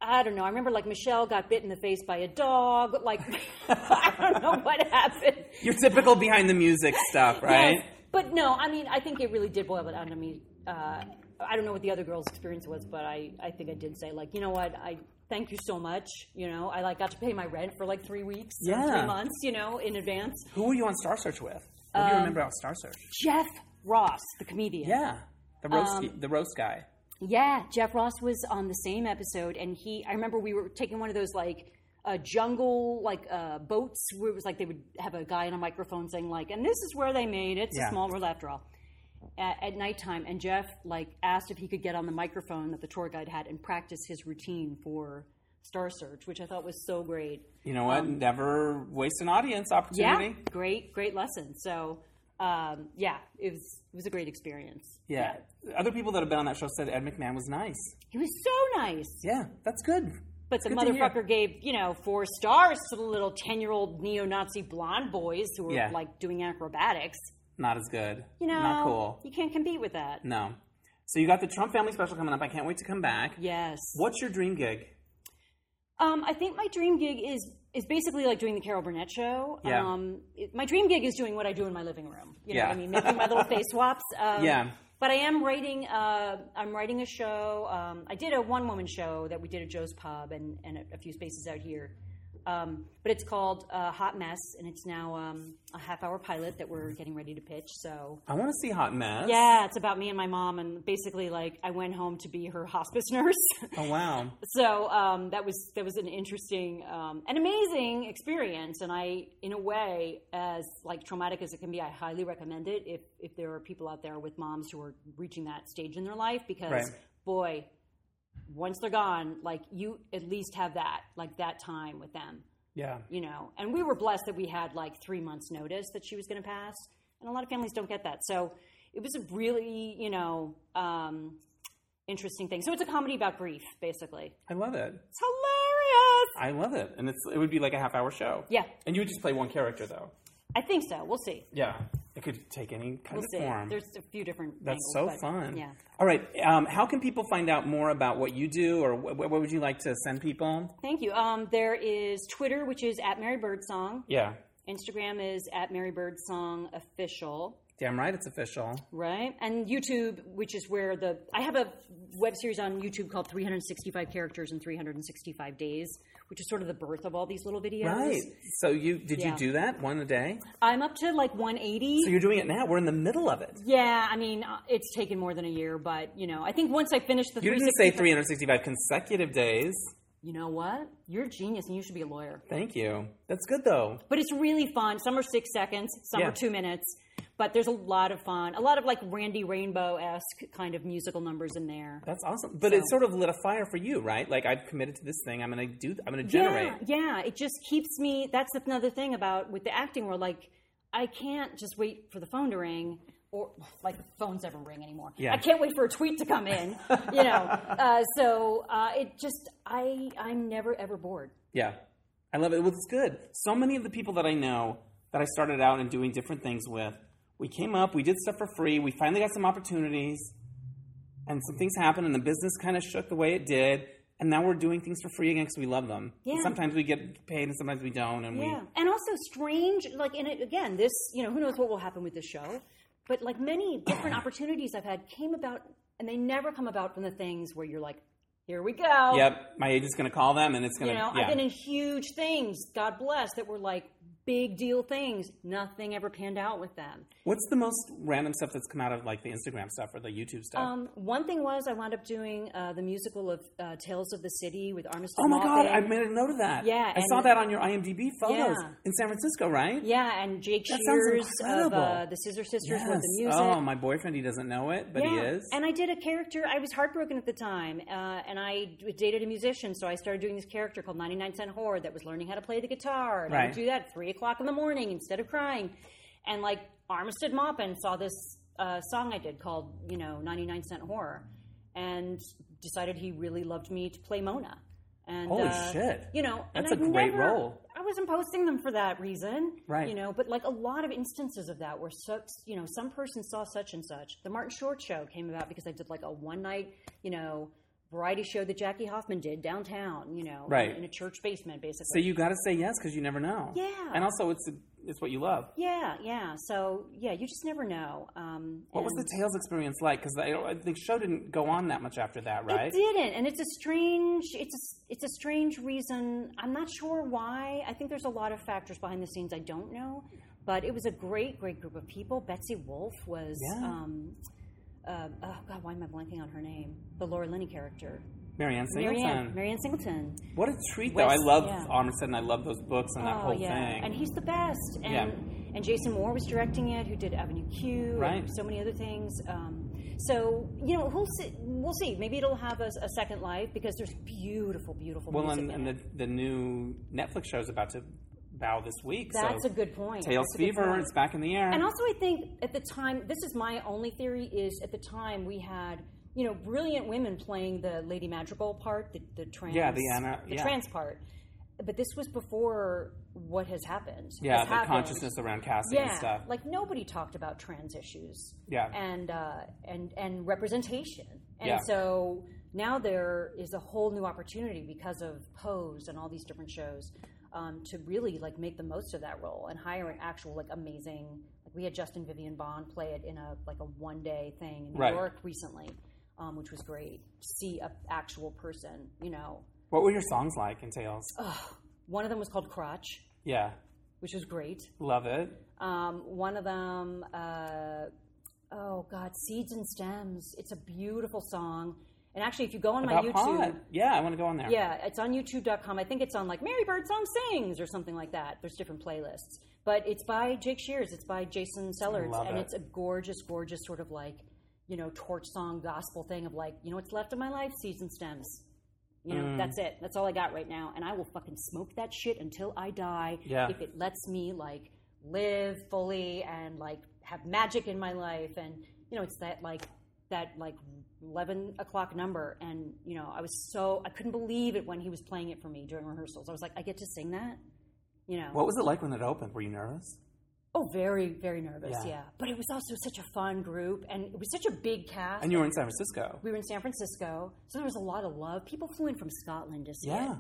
[SPEAKER 2] I don't know. I remember like Michelle got bit in the face by a dog. Like I don't know what happened.
[SPEAKER 1] Your typical behind the music stuff, right?
[SPEAKER 2] Yes, but no, I mean, I think it really did boil it down to me. Uh, I don't know what the other girl's experience was, but I, I think I did say like, you know what, I thank you so much. You know, I like got to pay my rent for like three weeks, or
[SPEAKER 1] Yeah.
[SPEAKER 2] three months, you know, in advance.
[SPEAKER 1] Who were you on Star Search with? What
[SPEAKER 2] Um,
[SPEAKER 1] do you remember about Star Search?
[SPEAKER 2] Jeff Ross, the comedian.
[SPEAKER 1] Yeah, the roast,
[SPEAKER 2] um,
[SPEAKER 1] the roast guy.
[SPEAKER 2] Yeah, Jeff Ross was on the same episode, and he. I remember we were taking one of those like uh, jungle like uh, boats where it was like they would have a guy on a microphone saying like, "And this is where they made it. It's
[SPEAKER 1] Yeah.
[SPEAKER 2] a small world after all." At, at nighttime, and Jeff like asked if he could get on the microphone that the tour guide had and practice his routine for Star Search, which I thought was so great.
[SPEAKER 1] You know what? Never waste an audience opportunity.
[SPEAKER 2] um, Yeah, great, great lesson. So, um, yeah, it was it was a great experience.
[SPEAKER 1] Yeah. Other people that have been on that show said Ed McMahon was nice.
[SPEAKER 2] He was so nice.
[SPEAKER 1] Yeah, that's good.
[SPEAKER 2] But the
[SPEAKER 1] Good to hear.
[SPEAKER 2] motherfucker gave, you know, four stars to the little 10 year old neo Nazi blonde boys who were
[SPEAKER 1] Yeah.
[SPEAKER 2] like doing acrobatics.
[SPEAKER 1] Not as good.
[SPEAKER 2] You know,
[SPEAKER 1] not cool.
[SPEAKER 2] you can't compete with that.
[SPEAKER 1] No. So you got the Trump family special coming up. I can't wait to come back.
[SPEAKER 2] Yes.
[SPEAKER 1] What's your dream gig?
[SPEAKER 2] Um, I think my dream gig is is basically like doing the Carol Burnett show.
[SPEAKER 1] Yeah.
[SPEAKER 2] Um, it- my dream gig is doing what I do in my living room. You know
[SPEAKER 1] Yeah.
[SPEAKER 2] what I mean? Making my little face swaps. Um,
[SPEAKER 1] Yeah.
[SPEAKER 2] But I am writing. Uh, I'm writing a show. Um, I did a one woman show that we did at Joe's Pub and and a, a few spaces out here. Um, but it's called uh, Hot Mess, and it's now um, a half hour pilot that we're getting ready to pitch. So
[SPEAKER 1] I want to see Hot Mess.
[SPEAKER 2] yeah, it's about me and my mom, and basically like I went home to be her hospice nurse.
[SPEAKER 1] Oh wow.
[SPEAKER 2] so um, that was that was an interesting um, an amazing experience and i in a way as like traumatic as it can be i highly recommend it if if there are people out there with moms who are reaching that stage in their life because
[SPEAKER 1] Right.
[SPEAKER 2] boy once they're gone like you at least have that like that time with them
[SPEAKER 1] Yeah.
[SPEAKER 2] you know and we were blessed that we had like three months notice that she was going to pass and a lot of families don't get that so it was a really you know um, interesting thing so it's a comedy about grief basically
[SPEAKER 1] I love it.
[SPEAKER 2] it's hilarious
[SPEAKER 1] I love it. And it's it would be like a half hour show.
[SPEAKER 2] yeah
[SPEAKER 1] And you would just play one character though.
[SPEAKER 2] i think so we'll see
[SPEAKER 1] Yeah. It could take any kind
[SPEAKER 2] we'll
[SPEAKER 1] of
[SPEAKER 2] see
[SPEAKER 1] form.
[SPEAKER 2] there's a few different
[SPEAKER 1] That's so
[SPEAKER 2] angles, but-
[SPEAKER 1] fun.
[SPEAKER 2] yeah
[SPEAKER 1] All right. Um, how can people find out more about what you do or wh- what would you like to send people?
[SPEAKER 2] thank you um, there is twitter which is at mary birdsong
[SPEAKER 1] Yeah.
[SPEAKER 2] instagram is at mary birdsong official
[SPEAKER 1] Damn right it's official.
[SPEAKER 2] Right. And YouTube, which is where the I have a web series on YouTube called 365 characters in 365 days, which is sort of the birth of all these little videos.
[SPEAKER 1] Right. So you did
[SPEAKER 2] Yeah.
[SPEAKER 1] you do that one a day?
[SPEAKER 2] I'm up to like 180.
[SPEAKER 1] So you're doing it now. We're in the middle of it.
[SPEAKER 2] yeah, I mean, uh, it's taken more than a year, but you know, I think once I finish the
[SPEAKER 1] You
[SPEAKER 2] 365
[SPEAKER 1] didn't say 365 consecutive days.
[SPEAKER 2] You know what? You're a genius and you should be a lawyer.
[SPEAKER 1] Thank you. That's good though.
[SPEAKER 2] But it's really fun. Some are 6 seconds, some
[SPEAKER 1] Yeah.
[SPEAKER 2] are 2 minutes, but there's a lot of fun. A lot of like Randy Rainbow-esque kind of musical numbers in there.
[SPEAKER 1] That's awesome. But it sort of lit a fire for you, right? Like I've committed to this thing. I'm going to do I'm going to generate.
[SPEAKER 2] Yeah, yeah, it just keeps me. That's another thing about with the acting world. Like, I can't just wait for the phone to ring, or like phones ever ring anymore.
[SPEAKER 1] Yeah.
[SPEAKER 2] I can't wait for a tweet to come in. you know, uh, so uh, it just I I'm never ever bored.
[SPEAKER 1] Yeah. I love it. Well, it's good. So many of the people that I know that I started out and doing different things with, we came up, we did stuff for free, we finally got some opportunities, and some things happened, and the business kind of shook the way it did. And now we're doing things for free again because we love them. And
[SPEAKER 2] Yeah.
[SPEAKER 1] sometimes we get paid and sometimes we don't. And
[SPEAKER 2] Yeah, and also strange. Like, and it, again, this you know who knows what will happen with this show, but like many different opportunities I've had came about, and they never come about from the things where you're like, here we go.
[SPEAKER 1] we, yep, my agent's going to call them and it's going
[SPEAKER 2] You
[SPEAKER 1] to,
[SPEAKER 2] know,
[SPEAKER 1] yeah.
[SPEAKER 2] I've been in huge things, God bless, that were like big deal things. Nothing ever panned out with them.
[SPEAKER 1] What's the most random stuff that's come out of like the Instagram stuff or the YouTube stuff?
[SPEAKER 2] Um, one thing was I wound up doing uh, the musical of uh, Tales of the City with Armistead.
[SPEAKER 1] oh my God, I
[SPEAKER 2] Maupin.
[SPEAKER 1] made a note of that.
[SPEAKER 2] Yeah,
[SPEAKER 1] I
[SPEAKER 2] and-
[SPEAKER 1] saw that on your IMDb photos
[SPEAKER 2] Yeah.
[SPEAKER 1] in San Francisco, right?
[SPEAKER 2] yeah, and Jake
[SPEAKER 1] That sounds
[SPEAKER 2] Shears of uh,
[SPEAKER 1] incredible.
[SPEAKER 2] the Scissor Sisters with the music.
[SPEAKER 1] Oh, my boyfriend, he doesn't know it, but he is.
[SPEAKER 2] And I did a character. I was heartbroken at the time, uh, and I d- dated a musician, so I started doing this character called 99 Cent Whore that was learning how to play the guitar. And I would
[SPEAKER 1] Right.
[SPEAKER 2] do that at 3 o'clock in the morning instead of crying. And like Armistead Maupin saw this uh, song I did called, you know, 99 Cent Whore and decided he really loved me to play Mona. And,
[SPEAKER 1] Holy
[SPEAKER 2] uh,
[SPEAKER 1] shit.
[SPEAKER 2] You know, and
[SPEAKER 1] That's a
[SPEAKER 2] I've
[SPEAKER 1] great
[SPEAKER 2] never-
[SPEAKER 1] role.
[SPEAKER 2] I wasn't posting them for that reason,
[SPEAKER 1] Right.
[SPEAKER 2] You know, but like a lot of instances of that where so, you know some person saw such and such. The Martin Short show came about because I did like a one night you know variety show that Jackie Hoffman did downtown, you know,
[SPEAKER 1] Right.
[SPEAKER 2] in, in a church basement
[SPEAKER 1] so
[SPEAKER 2] basically.
[SPEAKER 1] you got to say yes because you never know.
[SPEAKER 2] Yeah.
[SPEAKER 1] And also, it's it's what you love.
[SPEAKER 2] yeah, yeah. So yeah, you just never know. Um,
[SPEAKER 1] What was the Tails experience like? Because the show didn't go on that much after that, right?
[SPEAKER 2] It didn't, and it's a strange. It's a, it's a strange reason. I'm not sure why. I think there's a lot of factors behind the scenes I don't know, but it was a great, great group of people. Betsy Wolf was.
[SPEAKER 1] Yeah.
[SPEAKER 2] Um, uh, oh God, why am I blanking on her name? The Laura Linney character,
[SPEAKER 1] Marianne Singleton.
[SPEAKER 2] Marianne, Marianne Singleton.
[SPEAKER 1] what a treat, though.
[SPEAKER 2] Wes,
[SPEAKER 1] I love
[SPEAKER 2] yeah.
[SPEAKER 1] Armistead and I love those books and that
[SPEAKER 2] oh
[SPEAKER 1] whole
[SPEAKER 2] yeah,
[SPEAKER 1] thing.
[SPEAKER 2] and he's the best. And and Jason Moore was directing it, who did Avenue Q, and
[SPEAKER 1] Right.
[SPEAKER 2] So many other things. Um, so you know, we'll see. We'll see. Maybe it'll have a, a second life because there's beautiful, beautiful.
[SPEAKER 1] well,
[SPEAKER 2] music
[SPEAKER 1] and, and
[SPEAKER 2] in it.
[SPEAKER 1] the, the new Netflix show's about to bow this week.
[SPEAKER 2] That's
[SPEAKER 1] so
[SPEAKER 2] a good point.
[SPEAKER 1] Tails
[SPEAKER 2] That's a good
[SPEAKER 1] Fever
[SPEAKER 2] point.
[SPEAKER 1] is back in the air.
[SPEAKER 2] And also, I think at the time, this is my only theory: is at the time we had you know brilliant women playing the Lady Madrigal part, the, the trans,
[SPEAKER 1] Yeah, the Anna-
[SPEAKER 2] the
[SPEAKER 1] yeah.
[SPEAKER 2] trans part. But this was before what has happened.
[SPEAKER 1] yeah,
[SPEAKER 2] has
[SPEAKER 1] the
[SPEAKER 2] happened.
[SPEAKER 1] consciousness around casting
[SPEAKER 2] Yeah,
[SPEAKER 1] and stuff.
[SPEAKER 2] like nobody talked about trans issues.
[SPEAKER 1] Yeah.
[SPEAKER 2] and uh, and and representation, and
[SPEAKER 1] Yeah.
[SPEAKER 2] so now there is a whole new opportunity because of Pose and all these different shows um, to really like make the most of that role and hire an actual like amazing like we had Justin Vivian Bond play it in a like a one day thing in New
[SPEAKER 1] Right.
[SPEAKER 2] York recently, um, which was great. To see a actual person, you know.
[SPEAKER 1] What were your songs like in Tales?
[SPEAKER 2] One of them was called Crotch,
[SPEAKER 1] Yeah,
[SPEAKER 2] which was great.
[SPEAKER 1] love it.
[SPEAKER 2] Um, one of them, uh, oh God, Seeds and Stems. It's a beautiful song. And actually, if you go on
[SPEAKER 1] About
[SPEAKER 2] my YouTube,
[SPEAKER 1] pot. Yeah, I want to go on there.
[SPEAKER 2] yeah, it's on YouTube.com. I think it's on like Mary Bird Song Sings or something like that. There's different playlists, but it's by Jake Shears. It's by Jason Sellers,
[SPEAKER 1] Love
[SPEAKER 2] and
[SPEAKER 1] it.
[SPEAKER 2] it's a gorgeous, gorgeous sort of like you know torch song gospel thing of like you know what's left of my life, seeds and stems. You know,
[SPEAKER 1] Mm.
[SPEAKER 2] that's it. That's all I got right now, and I will fucking smoke that shit until I die
[SPEAKER 1] Yeah.
[SPEAKER 2] if it lets me like live fully and like have magic in my life and you know it's that like that like 11 o'clock number and you know i was so i couldn't believe it when he was playing it for me during rehearsals i was like i get to sing that you know
[SPEAKER 1] What was it like when it opened? Were you nervous?
[SPEAKER 2] oh very very nervous
[SPEAKER 1] Yeah.
[SPEAKER 2] yeah. but it was also such a fun group and it was such a big cast
[SPEAKER 1] And you were in San Francisco.
[SPEAKER 2] we were in san francisco so there was a lot of love people flew in from scotland to see
[SPEAKER 1] Yeah.
[SPEAKER 2] it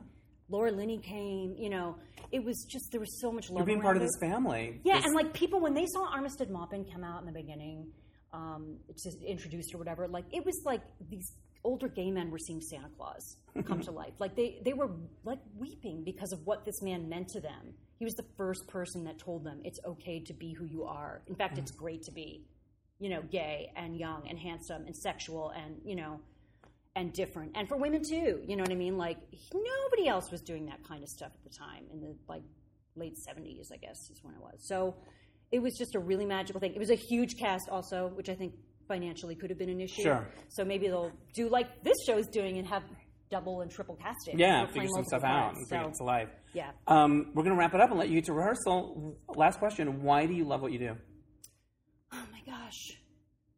[SPEAKER 2] laura linney came you know it was just there was so much love
[SPEAKER 1] You're being part of
[SPEAKER 2] around it.
[SPEAKER 1] this family.
[SPEAKER 2] Yeah,
[SPEAKER 1] This-
[SPEAKER 2] and like people when they saw Armistead Maupin come out in the beginning, um, to introduced or whatever, like it was like these older gay men were seeing Santa Claus come to life. Like they they were like weeping because of what this man meant to them. He was the first person that told them it's okay to be who you are. In fact, it's great to be, you know, gay and young and handsome and sexual and you know and different and for women too you know what i mean like nobody else was doing that kind of stuff at the time in the like late 70s i guess is when it was so it was just a really magical thing it was a huge cast also which i think financially could have been an issue
[SPEAKER 1] Sure.
[SPEAKER 2] so maybe they'll do like this show is doing and have double and triple casting
[SPEAKER 1] yeah,
[SPEAKER 2] We're
[SPEAKER 1] figure
[SPEAKER 2] playing
[SPEAKER 1] some
[SPEAKER 2] multiple
[SPEAKER 1] stuff out
[SPEAKER 2] times,
[SPEAKER 1] and bring
[SPEAKER 2] so,
[SPEAKER 1] it to life.
[SPEAKER 2] yeah
[SPEAKER 1] Um, we're going to wrap it up and let you get to rehearsal. Last question Why do you love what you do?
[SPEAKER 2] oh my gosh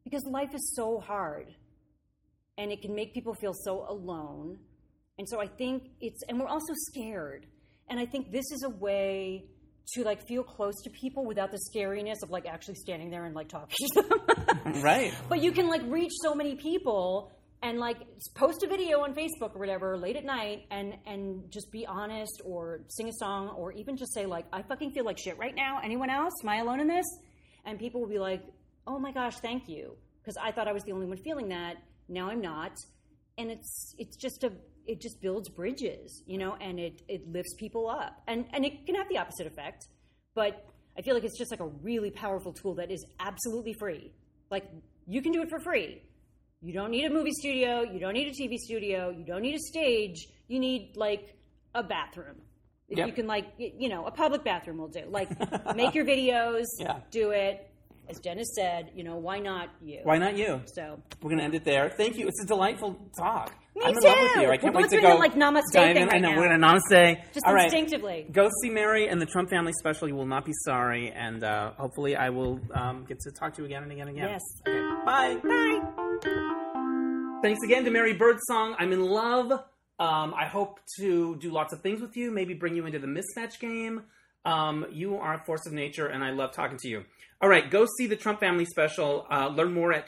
[SPEAKER 2] because life is so hard and it can make people feel so alone and so i think it's and we're also scared and i think this is a way to like feel close to people without the scariness of like actually standing there and like talking to them
[SPEAKER 1] Right.
[SPEAKER 2] but you can like reach so many people and like post a video on Facebook or whatever late at night and and just be honest or sing a song or even just say like I fucking feel like shit right now. Anyone else? Am I alone in this? And people will be like, "Oh my gosh, thank you." Cuz I thought I was the only one feeling that. Now I'm not. And it's it's just a it just builds bridges, you know, and it it lifts people up. And and it can have the opposite effect but I feel like it's just like a really powerful tool that is absolutely free. Like you can do it for free. You don't need a movie studio, you don't need a TV studio, you don't need a stage. You need like a bathroom. If
[SPEAKER 1] Yep.
[SPEAKER 2] you can like y- you know, a public bathroom will do. Like make your videos,
[SPEAKER 1] Yeah.
[SPEAKER 2] do it. As Dennis said, you know, why not you?
[SPEAKER 1] Why not you?
[SPEAKER 2] So
[SPEAKER 1] We're going to end it there. Thank you. It's a delightful talk.
[SPEAKER 2] Me
[SPEAKER 1] I'm in love with
[SPEAKER 2] too.
[SPEAKER 1] you. I
[SPEAKER 2] We're
[SPEAKER 1] can't
[SPEAKER 2] both
[SPEAKER 1] wait to
[SPEAKER 2] doing
[SPEAKER 1] go.
[SPEAKER 2] the, like, namaste
[SPEAKER 1] dive
[SPEAKER 2] thing
[SPEAKER 1] in. I
[SPEAKER 2] right
[SPEAKER 1] know.
[SPEAKER 2] now.
[SPEAKER 1] We're going to namaste.
[SPEAKER 2] just
[SPEAKER 1] All right.
[SPEAKER 2] instinctively.
[SPEAKER 1] Go see Mary and the Trump Family special. You will not be sorry. And uh, hopefully, I will um, get to talk to you again and again and again.
[SPEAKER 2] Yes.
[SPEAKER 1] Okay. Bye.
[SPEAKER 2] Bye.
[SPEAKER 1] Thanks again to Mary Birdsong. I'm in love. Um, I hope to do lots of things with you, maybe bring you into the mismatch game. Um, you are a force of nature, and I love talking to you. All right, go see the Trump Family Special. Uh, learn more at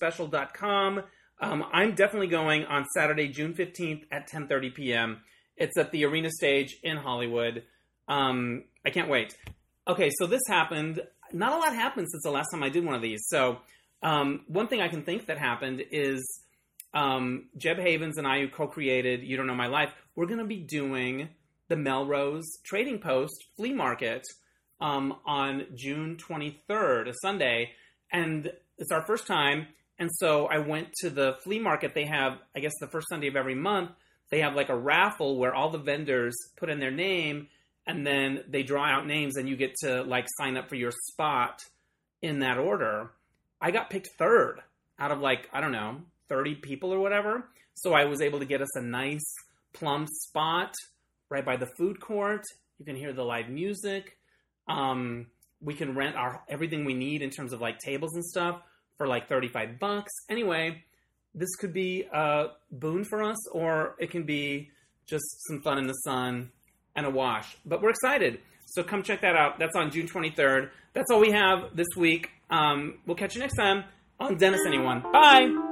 [SPEAKER 1] trumpfamilyspecial.com. Um, I'm definitely going on Saturday, June 15th at 10:30 p.m. It's at the Arena Stage in Hollywood. Um, I can't wait. Okay, so this happened. Not a lot happened since the last time I did one of these. So um, one thing I can think that happened is um, Jeb Havens and I, who co-created "You Don't Know My Life," we're going to be doing the Melrose Trading Post flea market um, on June 23rd, a Sunday, and it's our first time. And so I went to the flea market. They have, I guess, the first Sunday of every month. They have like a raffle where all the vendors put in their name, and then they draw out names, and you get to like sign up for your spot in that order. I got picked third out of like I don't know thirty people or whatever. So I was able to get us a nice plump spot right by the food court. You can hear the live music. Um, we can rent our everything we need in terms of like tables and stuff for like thirty five bucks. Anyway, this could be a boon for us, or it can be just some fun in the sun and a wash. But we're excited. So come check that out. That's on June 23rd. That's all we have this week. Um, we'll catch you next time on Dennis Anyone. Bye.